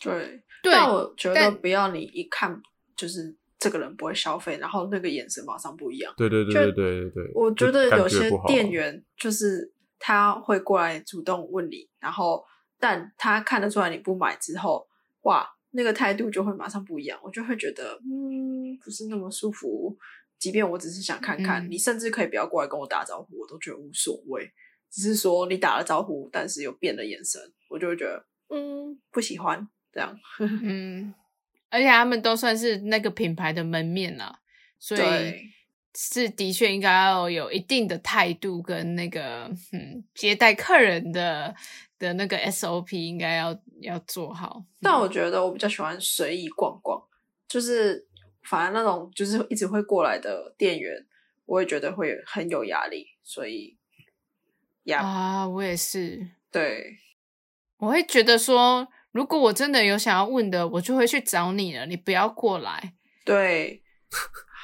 Speaker 1: 对，
Speaker 2: 对，
Speaker 1: 但我觉得
Speaker 2: 但
Speaker 1: 不要你一看就是这个人不会消费，然后那个眼神马上不一样。
Speaker 3: 对对对
Speaker 1: 就
Speaker 3: 对对对对。
Speaker 1: 我觉
Speaker 3: 就
Speaker 1: 得
Speaker 3: 感
Speaker 1: 有些
Speaker 3: 不好
Speaker 1: 店员就是他会过来主动问你，然后但他看得出来你不买之后，哇，那个态度就会马上不一样，我就会觉得嗯不是那么舒服。即便我只是想看看，
Speaker 2: 嗯
Speaker 1: 你甚至可以不要过来跟我打招呼，我都觉得无所谓。只是说你打了招呼，但是有变了眼神，我就会觉得嗯不喜欢这样。
Speaker 2: 嗯，而且他们都算是那个品牌的门面啦，所以
Speaker 1: 对
Speaker 2: 是的确应该要有一定的态度跟那个嗯接待客人的的那个 SOP 应该要要做好。
Speaker 1: 但我觉得我比较喜欢随意逛逛，就是反正那种就是一直会过来的店员，我也觉得会很有压力，所以呀
Speaker 2: 啊，我也是，
Speaker 1: 对，
Speaker 2: 我会觉得说，如果我真的有想要问的，我就会去找你了，你不要过来。 (laughs)
Speaker 1: 对，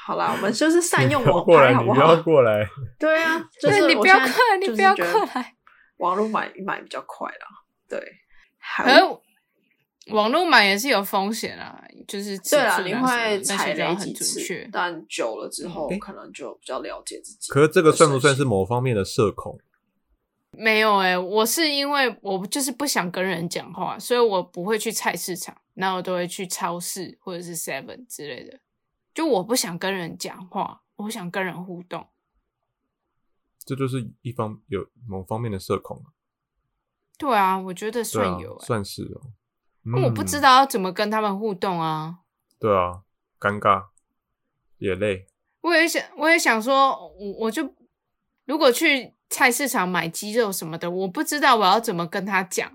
Speaker 1: 好啦，我们就是善
Speaker 3: (laughs) 你
Speaker 1: 用
Speaker 3: 不要
Speaker 1: 网
Speaker 3: 过来，
Speaker 1: 拍，好
Speaker 3: 你不
Speaker 1: 好
Speaker 3: 要？过来，
Speaker 2: (laughs)
Speaker 1: 对啊，就
Speaker 2: 对
Speaker 1: 是
Speaker 2: 你
Speaker 1: 我
Speaker 2: 不要
Speaker 1: 现
Speaker 2: 过
Speaker 1: 在
Speaker 2: 来，你
Speaker 1: 就是
Speaker 2: 不要
Speaker 1: 觉
Speaker 2: 过
Speaker 1: 得
Speaker 2: 来。
Speaker 1: 网络买买比较快啦。对，还
Speaker 2: 可是网络买也是有风险啊，就是尺
Speaker 1: 对啦，
Speaker 2: 寸
Speaker 1: 你
Speaker 2: 啊什么
Speaker 1: 会
Speaker 2: 的那
Speaker 1: 踩
Speaker 2: 些就要
Speaker 1: 雷
Speaker 2: 很
Speaker 1: 几
Speaker 2: 准
Speaker 1: 次
Speaker 2: 确，。嗯
Speaker 1: 但久了之后
Speaker 3: 诶
Speaker 1: 可能就比较了解自己。
Speaker 3: 可是这个算不算是？某方面的社恐？
Speaker 2: 没有诶、我是因为我就是不想跟人讲话，所以我不会去菜市场，那我都会去超市或者是 Seven 之类的。就我不想跟人讲话，我想跟人互动。
Speaker 3: 这就是一方有某方面的社恐啊，
Speaker 2: 对啊，我觉得
Speaker 3: 对
Speaker 2: 算
Speaker 3: 啊
Speaker 2: 有、，欸，
Speaker 3: 算是哦。
Speaker 2: 因为我不知
Speaker 3: 嗯
Speaker 2: 道要怎么跟他们互动啊。
Speaker 3: 对啊，尴尬也累。
Speaker 2: 我也想，我也想说，我我就如果去菜市场买鸡肉什么的，我不知道我要怎么跟他讲，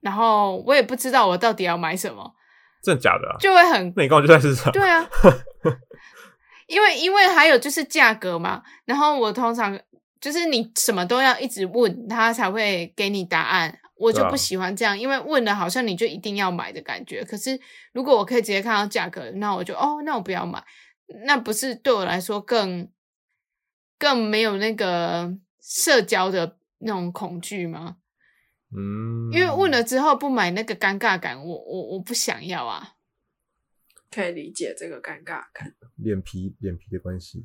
Speaker 2: 然后我也不知道我到底要买什么，
Speaker 3: 真的假的啊？ (laughs)
Speaker 2: 就会很
Speaker 3: 那你刚好就在市场，
Speaker 2: 对
Speaker 3: (laughs)
Speaker 2: 啊，因为因为还有就是价格嘛，然后我通常就是你什么都要一直问他才会给你答案，我就
Speaker 3: 对啊
Speaker 2: 不喜欢这样，因为问了好像你就一定要买的感觉。可是如果我可以直接看到价格，那我就哦，那我不要买，那不是对我来说更更没有那个社交的那种恐惧吗？
Speaker 3: 嗯，
Speaker 2: 因为问了之后不买那个尴尬感，我我我不想要啊。
Speaker 1: 可以理解这个尴尬感。
Speaker 3: 脸皮脸皮的关系，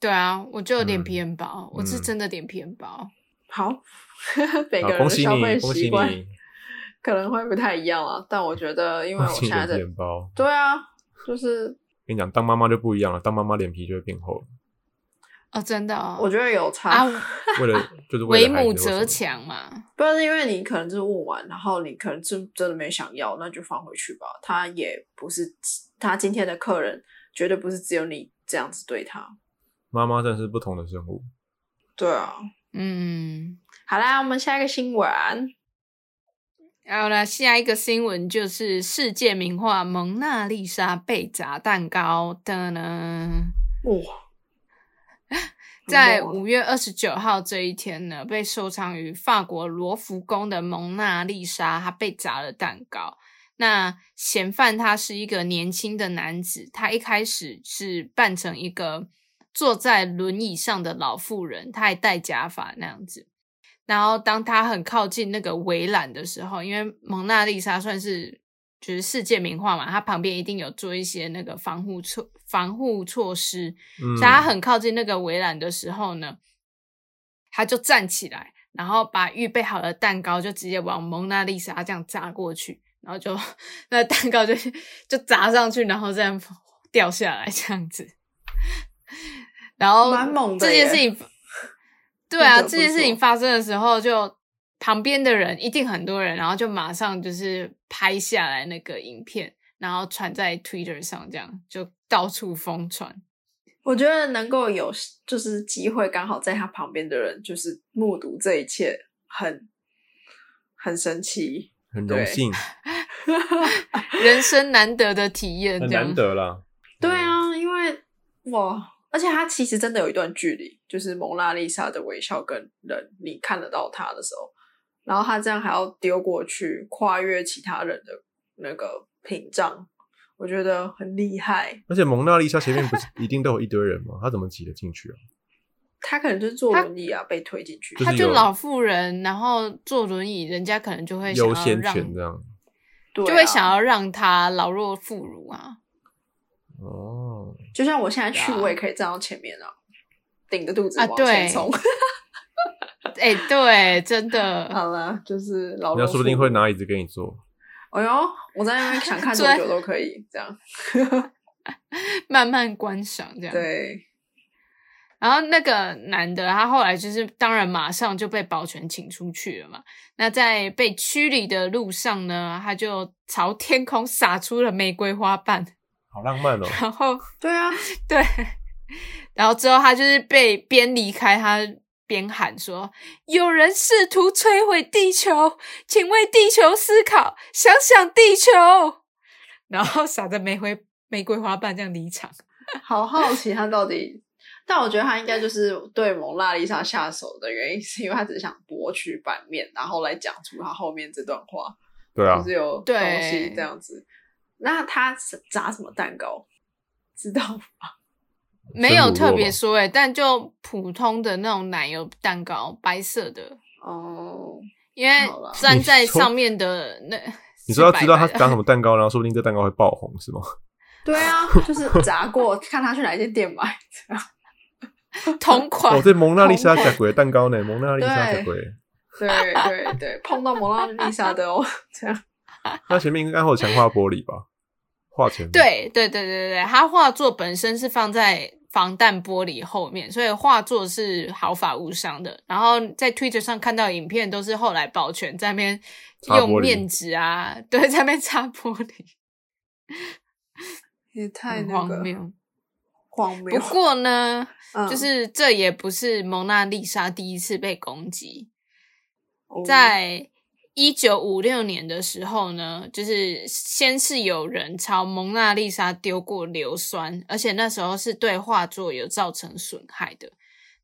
Speaker 2: 对啊，我就脸
Speaker 3: 嗯
Speaker 2: 皮很薄，我是
Speaker 3: 嗯
Speaker 2: 真的脸皮很薄。
Speaker 1: 好，每个
Speaker 3: 好，
Speaker 1: 人的
Speaker 3: 恭喜
Speaker 1: 消费
Speaker 3: 你，恭
Speaker 1: 习
Speaker 3: 喜
Speaker 1: 惯
Speaker 3: 你，
Speaker 1: 可能会不太一样啊。但我觉得，因为
Speaker 3: 恭
Speaker 1: 我现
Speaker 3: 喜你
Speaker 1: 在
Speaker 3: 的
Speaker 1: 在
Speaker 3: 面包。
Speaker 1: 对啊，就是
Speaker 3: 跟你讲，当妈妈就不一样了，当妈妈脸皮就会变厚，
Speaker 2: 哦，真的、哦，
Speaker 1: 我觉得有差，
Speaker 2: 啊，
Speaker 3: 为
Speaker 1: (laughs)
Speaker 3: 了就是为
Speaker 2: 为
Speaker 3: 了孩子
Speaker 2: 母
Speaker 3: 或什么
Speaker 2: 则强嘛。
Speaker 1: 不是因为你可能就是问完，然后你可能真真的没想要，那就放回去吧。他也不是他今天的客人，绝对不是只有你这样子对他。
Speaker 3: 妈妈真的是不同的生物。
Speaker 1: 对啊，
Speaker 2: 嗯，
Speaker 1: 好啦，我们下一个新闻，
Speaker 2: 好了，下一个新闻就是世界名画《蒙娜丽莎》被砸蛋糕的呢。
Speaker 1: 哇，
Speaker 2: 在
Speaker 1: 很猛啊
Speaker 2: 五月二十九号这一天呢，被收藏于法国罗浮宫的蒙娜丽莎，她被砸了蛋糕。那嫌犯他是一个年轻的男子，他一开始是扮成一个坐在轮椅上的老妇人，他还戴假发那样子。然后当他很靠近那个围栏的时候，因为蒙娜丽莎算是就是世界名画嘛，它旁边一定有做一些那个防护措防护措施，
Speaker 3: 嗯，
Speaker 2: 在他很靠近那个围栏的时候呢，他就站起来，然后把预备好的蛋糕就直接往蒙娜丽莎这样砸过去，然后就那蛋糕就就砸上去，然后这样掉下来这样子。 (laughs) 然后
Speaker 1: 蛮猛的
Speaker 2: 这件
Speaker 1: 耶
Speaker 2: 事情，对啊，
Speaker 1: 不得不
Speaker 2: 这件事情
Speaker 1: 说
Speaker 2: 发生的时候就。旁边的人一定很多人，然后就马上就是拍下来那个影片，然后传在 Twitter 上，这样就到处疯传。
Speaker 1: 我觉得能够有就是机会，刚好在他旁边的人就是目睹这一切，很很神奇。
Speaker 3: 很荣幸，
Speaker 2: 人生难得的体验，
Speaker 3: 很
Speaker 2: 这样
Speaker 3: 难。得啦。
Speaker 1: 对啊，
Speaker 2: 嗯
Speaker 1: 因为哇，而且它其实真的有一段距离，就是蒙娜丽莎的微笑跟人，你看得到她的时候，然后她这样还要丢过去，跨越其他人的那个屏障，我觉得很厉害。
Speaker 3: 而且蒙娜丽莎前面不是一定都有一堆人吗？她怎么挤得进去啊？
Speaker 1: 她可能就是坐
Speaker 2: 她
Speaker 1: 轮椅啊，被推进去。
Speaker 3: 就是
Speaker 2: 他就
Speaker 3: 有
Speaker 2: 老妇人，然后坐轮椅，人家可能就会想
Speaker 3: 优
Speaker 2: 要
Speaker 3: 先
Speaker 2: 让，
Speaker 3: 权这样。
Speaker 1: 对啊
Speaker 2: 就会想，要让他老弱妇孺啊。
Speaker 3: 哦，
Speaker 1: 就像我现在去，
Speaker 2: 对啊
Speaker 1: 我也可以站到前面啊，顶着肚子
Speaker 2: 啊
Speaker 1: 往前
Speaker 2: 对 (laughs)
Speaker 1: 冲。
Speaker 2: 哎、对，
Speaker 1: (laughs)
Speaker 2: 真的，
Speaker 1: 好了，就是老弱
Speaker 3: 人家说不定
Speaker 1: 妇
Speaker 3: 会
Speaker 1: 孺。
Speaker 3: 拿椅子给你坐。
Speaker 1: 哎呦，我在那边想看多
Speaker 2: (laughs) 对
Speaker 1: 久都可以这
Speaker 2: (laughs)
Speaker 1: 样。
Speaker 2: 慢慢观赏这样。
Speaker 1: 对，
Speaker 2: 然后那个男的，他后来就是当然马上就被保全请出去了嘛。那在被驱离的路上呢，他就朝天空撒出了玫瑰花瓣，
Speaker 3: 好浪漫
Speaker 1: (laughs)
Speaker 3: 哦！
Speaker 2: 然后
Speaker 1: 对啊，
Speaker 2: 对，然后之后他就是被边离开他边喊说：“有人试图摧毁地球，请为地球思考，想想地球。”然后撒着玫瑰玫瑰花瓣这样离场。
Speaker 1: 好好奇他到底，但我觉得他应该就是对蒙娜丽莎下手的原因，是因为他只是想博取版面，然后来讲出他后面这段话，
Speaker 3: 对啊
Speaker 1: 就，是有东
Speaker 2: 对
Speaker 1: 西这样子。那他是炸什么蛋糕？知道吗
Speaker 2: 没有
Speaker 3: 生乳酪
Speaker 2: 特别欸
Speaker 3: 吧
Speaker 2: 说诶、但就普通的那种奶油蛋糕，白色的，
Speaker 1: 哦，
Speaker 2: 因为
Speaker 1: 好啦
Speaker 2: 站
Speaker 3: 你
Speaker 2: 在
Speaker 3: 说
Speaker 2: 上面的那，
Speaker 3: 你
Speaker 2: 是
Speaker 3: 说要
Speaker 2: 白
Speaker 3: 知道
Speaker 2: 白
Speaker 3: 他
Speaker 2: 的
Speaker 3: 长什么蛋糕，然后说不定这蛋糕会爆红，是吗？
Speaker 1: 对啊，就是砸过，看他去哪一间店买。
Speaker 2: (laughs) 同款
Speaker 3: 哦，，这蒙娜丽莎
Speaker 2: 红
Speaker 3: 假鬼的蛋糕呢？蒙娜丽莎假
Speaker 1: 对
Speaker 3: 鬼，
Speaker 1: (laughs) 对对对，碰到蒙娜丽莎的哦，这样
Speaker 3: 它前面应该会有强化玻璃吧？画前面，
Speaker 2: 对对对对对，他画作本身是放在防弹玻璃后面，所以画作是毫发无伤的。然后在 Twitter 上看到影片，都是后来保全在那边
Speaker 3: 擦玻
Speaker 2: 用
Speaker 3: 璃
Speaker 2: 面纸啊，对，在那边擦玻璃，
Speaker 1: (laughs) 也 (laughs) 太
Speaker 2: 很
Speaker 1: 那
Speaker 2: 荒
Speaker 1: 个
Speaker 2: 谬。
Speaker 1: 荒
Speaker 2: 不
Speaker 1: 谬。
Speaker 2: 过呢，
Speaker 1: 嗯
Speaker 2: 就是这也不是蒙娜丽莎第一次被攻击，
Speaker 1: 哦
Speaker 2: 在一九五六年的时候呢，就是先是有人朝蒙娜丽莎丢过硫酸，而且那时候是对画作有造成损害的。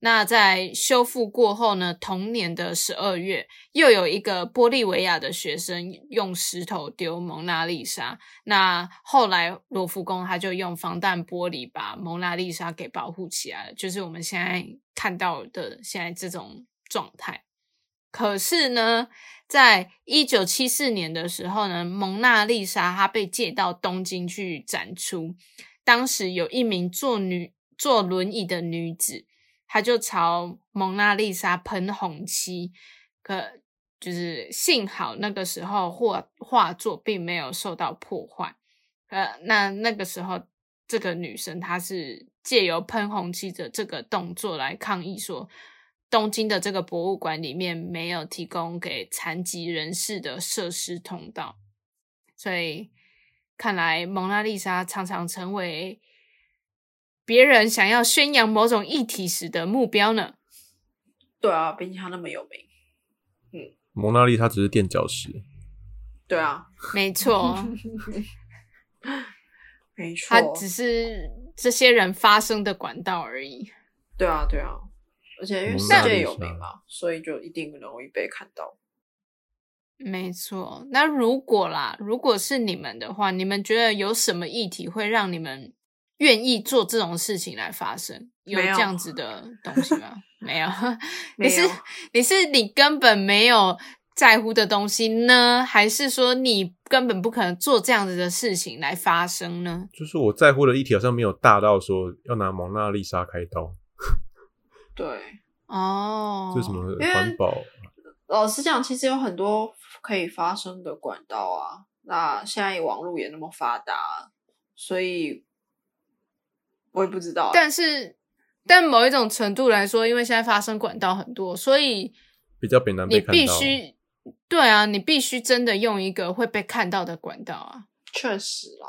Speaker 2: 那在修复过后呢，同年的十二月，又有一个玻利维亚的学生用石头丢蒙娜丽莎。那后来罗浮宫他就用防弹玻璃把蒙娜丽莎给保护起来了，就是我们现在看到的现在这种状态。可是呢，在一九七四年的时候呢，蒙娜丽莎她被借到东京去展出。当时有一名坐女坐轮椅的女子，她就朝蒙娜丽莎喷红漆，可就是幸好那个时候画画作并没有受到破坏。呃，那那个时候这个女生她是借由喷红漆的这个动作来抗议说，东京的这个博物馆里面没有提供给残疾人士的设施通道，所以看来蒙娜丽莎常常成为别人想要宣扬某种议题时的目标呢。
Speaker 1: 对啊，毕竟他那么有名。
Speaker 3: 蒙娜丽莎只是垫脚石，
Speaker 1: 对啊，
Speaker 2: 没错，哦
Speaker 1: 没错哦
Speaker 2: 它，只是这些人发声的管道而已。
Speaker 1: 对啊，对啊。而且因为世
Speaker 3: 蒙娜
Speaker 1: 界
Speaker 3: 丽
Speaker 1: 有
Speaker 3: 莎
Speaker 1: 名嘛，所以就一定容易被看到。
Speaker 2: 没错，那如果啦，如果是你们的话，你们觉得有什么议题会让你们愿意做这种事情来发生？有
Speaker 1: 没有
Speaker 2: 这样子的东西吗？没有， (laughs)
Speaker 1: 没
Speaker 2: 你是
Speaker 1: 有
Speaker 2: 你是你根本没有在乎的东西呢，还是说你根本不可能做这样子的事情来发生呢？
Speaker 3: 就是我在乎的议题好像没有大到说要拿蒙娜丽莎开刀，
Speaker 1: 对，
Speaker 2: 哦，
Speaker 3: 就什么
Speaker 1: 因为
Speaker 3: 环保，
Speaker 1: 老实讲，其实有很多可以发声的管道啊。那现在网络也那么发达，所以我也不知道欸。
Speaker 2: 但是，但某一种程度来说，因为现在发生管道很多，所以
Speaker 3: 比较北南
Speaker 2: 你
Speaker 3: 被看
Speaker 2: 必
Speaker 3: 到。
Speaker 2: 须对啊，你必须真的用一个会被看到的管道啊，
Speaker 1: 确实啦，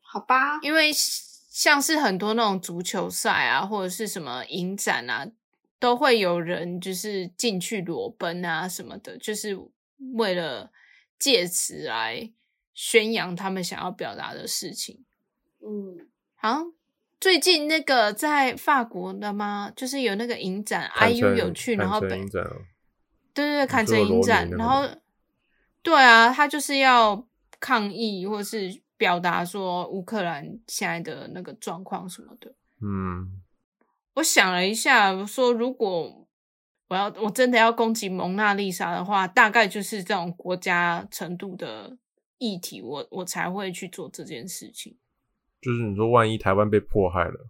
Speaker 1: 好吧，
Speaker 2: 因为像是很多那种足球赛啊，或者是什么影展啊，都会有人就是进去裸奔啊什么的，就是为了借此来宣扬他们想要表达的事情。
Speaker 1: 嗯，
Speaker 2: 好，最近那个在法国的吗？就是有那个影展
Speaker 3: 坦诚
Speaker 2: ，IU 有去，然后
Speaker 3: 坦诚
Speaker 2: 被
Speaker 3: 影展哦
Speaker 2: 对对对，
Speaker 3: 你
Speaker 2: 砍
Speaker 3: 说
Speaker 2: 成
Speaker 3: 罗
Speaker 2: 影
Speaker 3: 尼
Speaker 2: 展，
Speaker 3: 那
Speaker 2: 然
Speaker 3: 个
Speaker 2: 后
Speaker 3: 吗
Speaker 2: 对啊，他就是要抗议或是表达说乌克兰现在的那个状况什么的。
Speaker 3: 嗯，
Speaker 2: 我想了一下，我说如果我要我真的要攻击蒙娜丽莎的话，大概就是这种国家程度的议题，我我才会去做这件事情。
Speaker 3: 就是你说万一台湾被迫害了，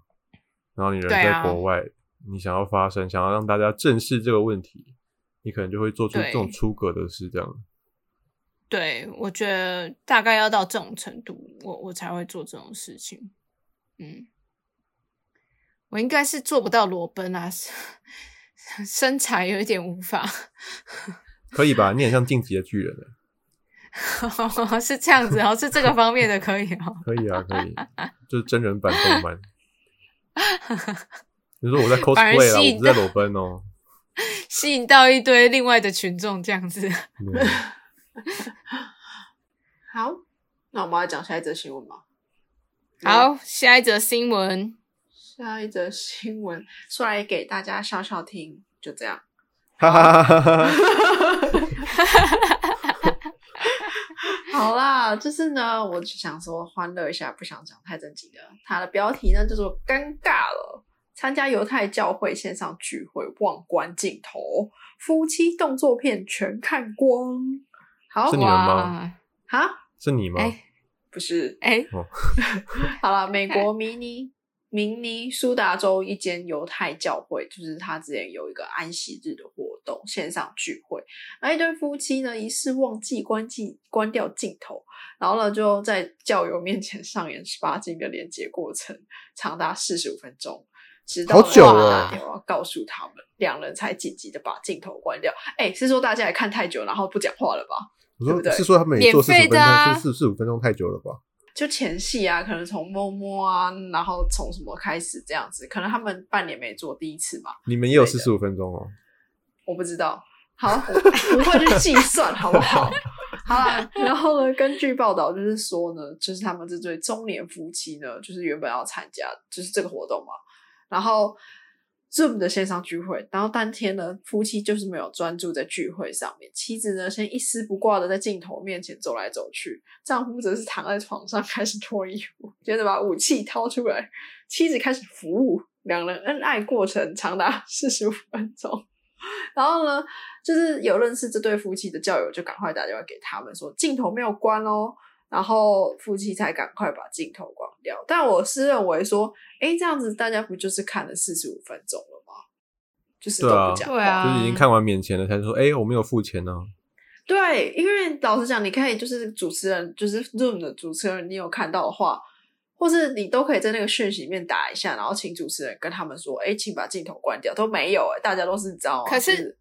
Speaker 3: 然后你人
Speaker 2: 对啊
Speaker 3: 在国外，你想要发声，想要让大家正视这个问题，你可能就会做出
Speaker 2: 对
Speaker 3: 这种出格的事，这样。
Speaker 2: 对，我觉得大概要到这种程度，我我才会做这种事情。嗯，我应该是做不到裸奔啊， (laughs) 身材有一点无法， (laughs)
Speaker 3: 可以吧？你很像晋级的巨人欸，
Speaker 2: 是这样子哦，是这个方面的可以哦。
Speaker 3: 可以啊，可以，就是真人版动漫。你说我在 cosplay 啦，
Speaker 2: 吸
Speaker 3: 我
Speaker 2: 引
Speaker 3: 不是在
Speaker 2: 到
Speaker 3: 裸奔哦。
Speaker 2: 吸引到一堆另外的群众这样子。
Speaker 3: 嗯
Speaker 1: 好，那我们来讲下一则新闻吧。
Speaker 3: 啊
Speaker 2: 好，啊下一则新闻，
Speaker 1: 下一则新闻， (laughs) 出来给大家笑笑听，就这样。
Speaker 3: (laughs) 哈哈哈哈哈！
Speaker 1: (laughs) 好啦，就是呢，我就想说欢乐一下，不想讲太正经的。它的标题呢叫做“尴尬了”，参加犹太教会线上聚会，忘关镜头，夫妻动作片全看光。好
Speaker 3: 是你们吗？
Speaker 1: 啊，
Speaker 3: 是你吗？
Speaker 2: 哎
Speaker 1: 不是，
Speaker 2: 哎、诶
Speaker 1: 好了，美国明尼明尼苏达州一间犹太教会，就是他之前有一个安息日的活动，线上聚会，那一对夫妻呢，疑似忘记关机关掉镜头，然后呢就在教友面前上演十八禁的连接过程，长达四十五分钟。直到
Speaker 4: 好久
Speaker 1: 呢
Speaker 4: 啊
Speaker 1: 打电话告诉他们，两人才紧急的把镜头关掉。哎、是说大家也看太久，然后不讲话了吧？
Speaker 4: 我
Speaker 1: 对不
Speaker 4: 说
Speaker 1: 对
Speaker 4: 是说他们也做四十
Speaker 2: 免
Speaker 4: 分
Speaker 2: 费的
Speaker 4: 钟，
Speaker 2: 啊
Speaker 4: 是四十五分钟太久了吧？
Speaker 1: 就前戏啊，可能从摸摸啊，然后从什么开始这样子，可能他们半年没做第一次嘛，
Speaker 3: 你们也有
Speaker 1: 对
Speaker 3: 四
Speaker 1: 的
Speaker 3: 十五分钟哦。
Speaker 1: 我不知道。好，我不会去计算，好不好？好啦，然后呢，根据报道就是说呢，就是他们这对中年夫妻呢，就是原本要参加就是这个活动嘛，然后 Zoom 的线上聚会，然后当天呢，夫妻就是没有专注在聚会上面，妻子呢先一丝不挂的在镜头面前走来走去，丈夫则是躺在床上开始脱衣服，接着把武器掏出来，妻子开始服务，两人恩爱过程长达 (laughs) 四十五分钟。然后呢，就是有认识这对夫妻的教友就赶快打电话给他们说镜头没有关哦，然后夫妻才赶快把镜头关掉。但我是认为说，诶，这样子大家不就是看了四十五分钟了吗？就是都
Speaker 3: 对啊
Speaker 1: 不讲话，
Speaker 2: 对啊
Speaker 3: 就是已经看完免钱了，才说哎、我们有付钱哦呢、
Speaker 1: 对，因为老实讲，你可以就是主持人，就是 Zoom 的主持人，你有看到的话，或是你都可以在那个讯息里面打一下，然后请主持人跟他们说，哎，请把镜头关掉，都没有、诶大家都是你知道吗？
Speaker 2: 可
Speaker 1: 就是是，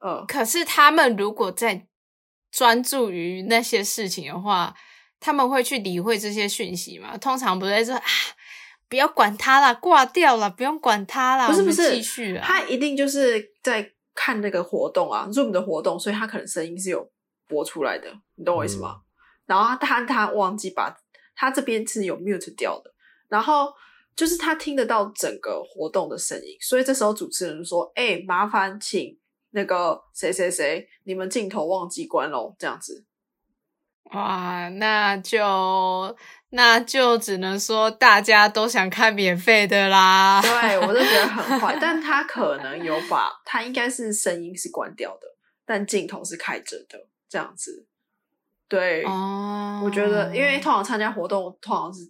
Speaker 1: 嗯，
Speaker 2: 可是他们如果在专注于那些事情的话，他们会去理会这些讯息吗？通常不会说啊，不要管他啦，挂掉了，不用管他啦，
Speaker 1: 不是
Speaker 2: 我们
Speaker 1: 不是
Speaker 2: 继续啊。
Speaker 1: 他一定就是在看那个活动啊，Zoom 的活动，所以他可能声音是有播出来的，你懂我意思吗？然后他他忘记把他这边是有 mute 掉的，然后就是他听得到整个活动的声音，所以这时候主持人就说：“哎、麻烦请那个谁谁谁，你们镜头忘记关喽。”这样子，
Speaker 2: 哇，那就那就只能说大家都想看免费的啦。
Speaker 1: 对我就觉得很坏。但他可能有把他应该是声音是关掉的，但镜头是开着的，这样子。对，
Speaker 2: (laughs) 哦，
Speaker 1: 我觉得，因为通常参加活动，通常是，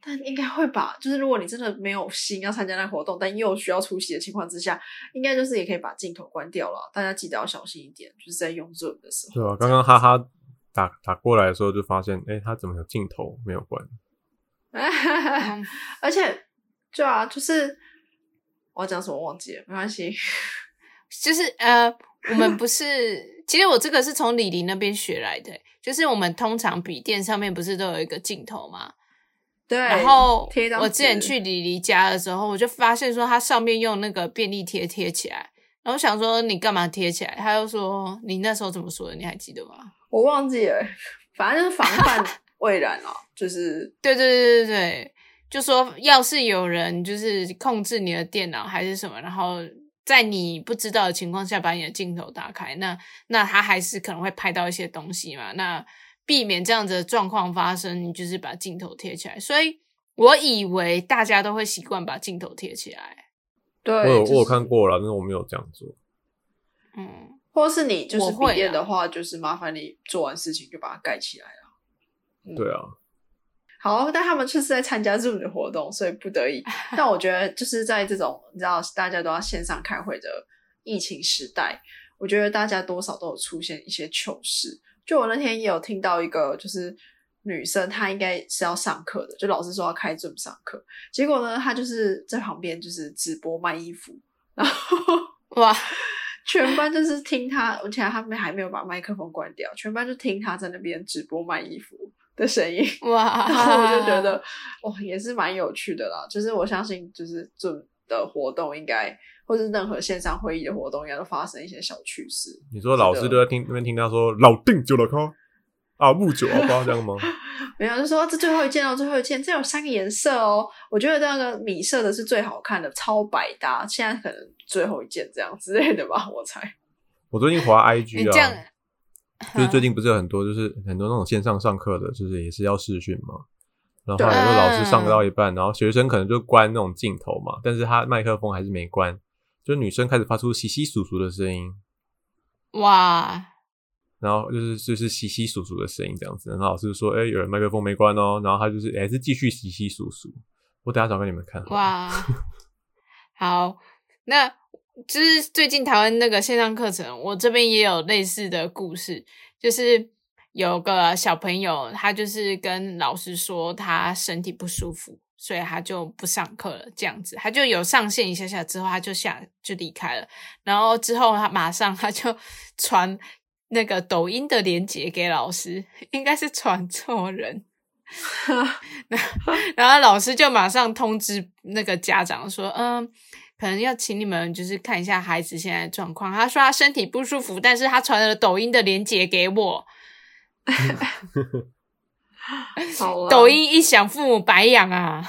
Speaker 1: 但应该会吧。就是如果你真的没有心要参加那个活动，但又需要出席的情况之下，应该就是也可以把镜头关掉了。大家记得要小心一点，就是在用 Zoom 的时候。 (laughs)
Speaker 3: 对啊，刚刚哈哈打打过来的时候就发现，哎、他怎么有镜头没有关？
Speaker 2: 嗯
Speaker 1: 而且，对啊，就是我要讲什么忘记了，没关系。
Speaker 2: 就是呃，我们不是，其实我这个是从李玲那边学来的，就是我们通常笔电上面不是都有一个镜头吗？
Speaker 1: 对，
Speaker 2: 然后
Speaker 1: 贴一张
Speaker 2: 我之前
Speaker 1: 纸
Speaker 2: 去李黎家的时候，我就发现说它上面用那个便利贴贴起来，然后我想说你干嘛贴起来？他又说你那时候怎么说的？你还记得吗？
Speaker 1: 我忘记了，反正就是防
Speaker 2: (laughs)
Speaker 1: 范未然哦，就是
Speaker 2: 对对对对对，就说要是有人就是控制你的电脑还是什么，然后在你不知道的情况下把你的镜头打开，那那他还是可能会拍到一些东西嘛。那避免这样子的状况发生，你就是把镜头贴起来。所以我以为大家都会习惯把镜头贴起来，
Speaker 1: 对。
Speaker 3: 我有
Speaker 1: 就
Speaker 3: 我有
Speaker 1: 是
Speaker 3: 看过了，但是我没有这样做。
Speaker 2: 嗯，
Speaker 1: 或是你就
Speaker 2: 我
Speaker 1: 是
Speaker 2: 会
Speaker 1: 笔电
Speaker 2: 啊
Speaker 1: 的话，就是麻烦你做完事情就把它盖起来了。嗯
Speaker 3: 对啊，
Speaker 1: 好，但他们就是在参加 Zoom 的活动，所以不得已。但我觉得就是在这种你知道大家都要线上开会的疫情时代，我觉得大家多少都有出现一些糗事。就我那天也有听到一个就是女生，她应该是要上课的，就老师说要开 Zoom 上课，结果呢，她就是在旁边就是直播卖衣服，然后
Speaker 2: 哇，
Speaker 1: 全班就是听他，而且他们还没有把麦克风关掉，全班就听他在那边直播卖衣服的声音。
Speaker 2: 哇，
Speaker 1: (laughs) 然后我就觉得，哇，也是蛮有趣的啦。就是我相信，就是这的活动应该，或是任何线上会议的活动，应该都发生一些小趣事。
Speaker 3: 你说老师都在听那边听他说老定九了咖啊木九啊八这样吗？
Speaker 1: 没有，就说这最后一件哦，最后一件，这有三个颜色哦。我觉得那个米色的是最好看的，超百搭。现在可能最后一件这样之类的吧，我猜。
Speaker 3: 我最近滑 IG
Speaker 2: 哎你这样嗯
Speaker 3: 啊，，就是最近不是有很多就是很多那种线上上课的，就是也是要视讯嘛。然后后来就老师
Speaker 2: 嗯
Speaker 3: 上到一半，然后学生可能就关那种镜头嘛，但是他麦克风还是没关，就女生开始发出稀稀疏疏的声音，
Speaker 2: (laughs) 哇，
Speaker 3: 然后就是就是稀稀疏疏的声音这样子。然后老师就说：“哎、有人麦克风没关哦。”然后他就是哎还是继续稀稀疏疏。我等一下找给你们看。，
Speaker 2: 哇， (laughs) 好，那就是最近台湾那个线上课程，我这边也有类似的故事，就是有个小朋友，他就是跟老师说他身体不舒服，所以他就不上课了，这样子，他就有上线一下下之后，他就下就离开了，然后之后他马上他就传。那个抖音的链接给老师，应该是传错人，然后老师就马上通知那个家长说，嗯，可能要请你们就是看一下孩子现在的状况。他说他身体不舒服，但是他传了抖音的链接给我，
Speaker 1: 好啦
Speaker 2: 抖音一响，父母白养啊。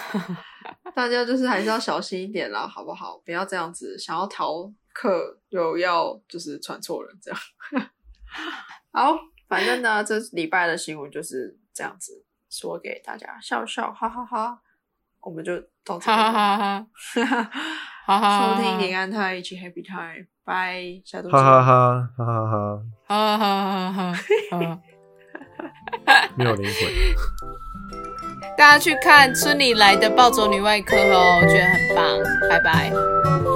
Speaker 1: 大家就是还是要小心一点啦，好不好？不要这样子，想要逃课又要就是传错人这样。 (laughs) 好，反正呢，这礼拜的新闻就是这样子说给大家笑笑，哈哈哈我们就到这
Speaker 2: 哈
Speaker 1: 里
Speaker 2: 哈
Speaker 1: 了，
Speaker 2: 哈哈
Speaker 1: 哈哈。
Speaker 2: 哈
Speaker 1: (laughs)
Speaker 2: 哈，
Speaker 1: 收听林安泰一起 Happy Time，拜，下周见。
Speaker 3: 哈哈哈哈哈哈，
Speaker 2: 哈哈哈哈哈。
Speaker 3: 没有灵魂。
Speaker 2: 大家去看村里来的暴走女外科哦，我觉得很棒，拜拜。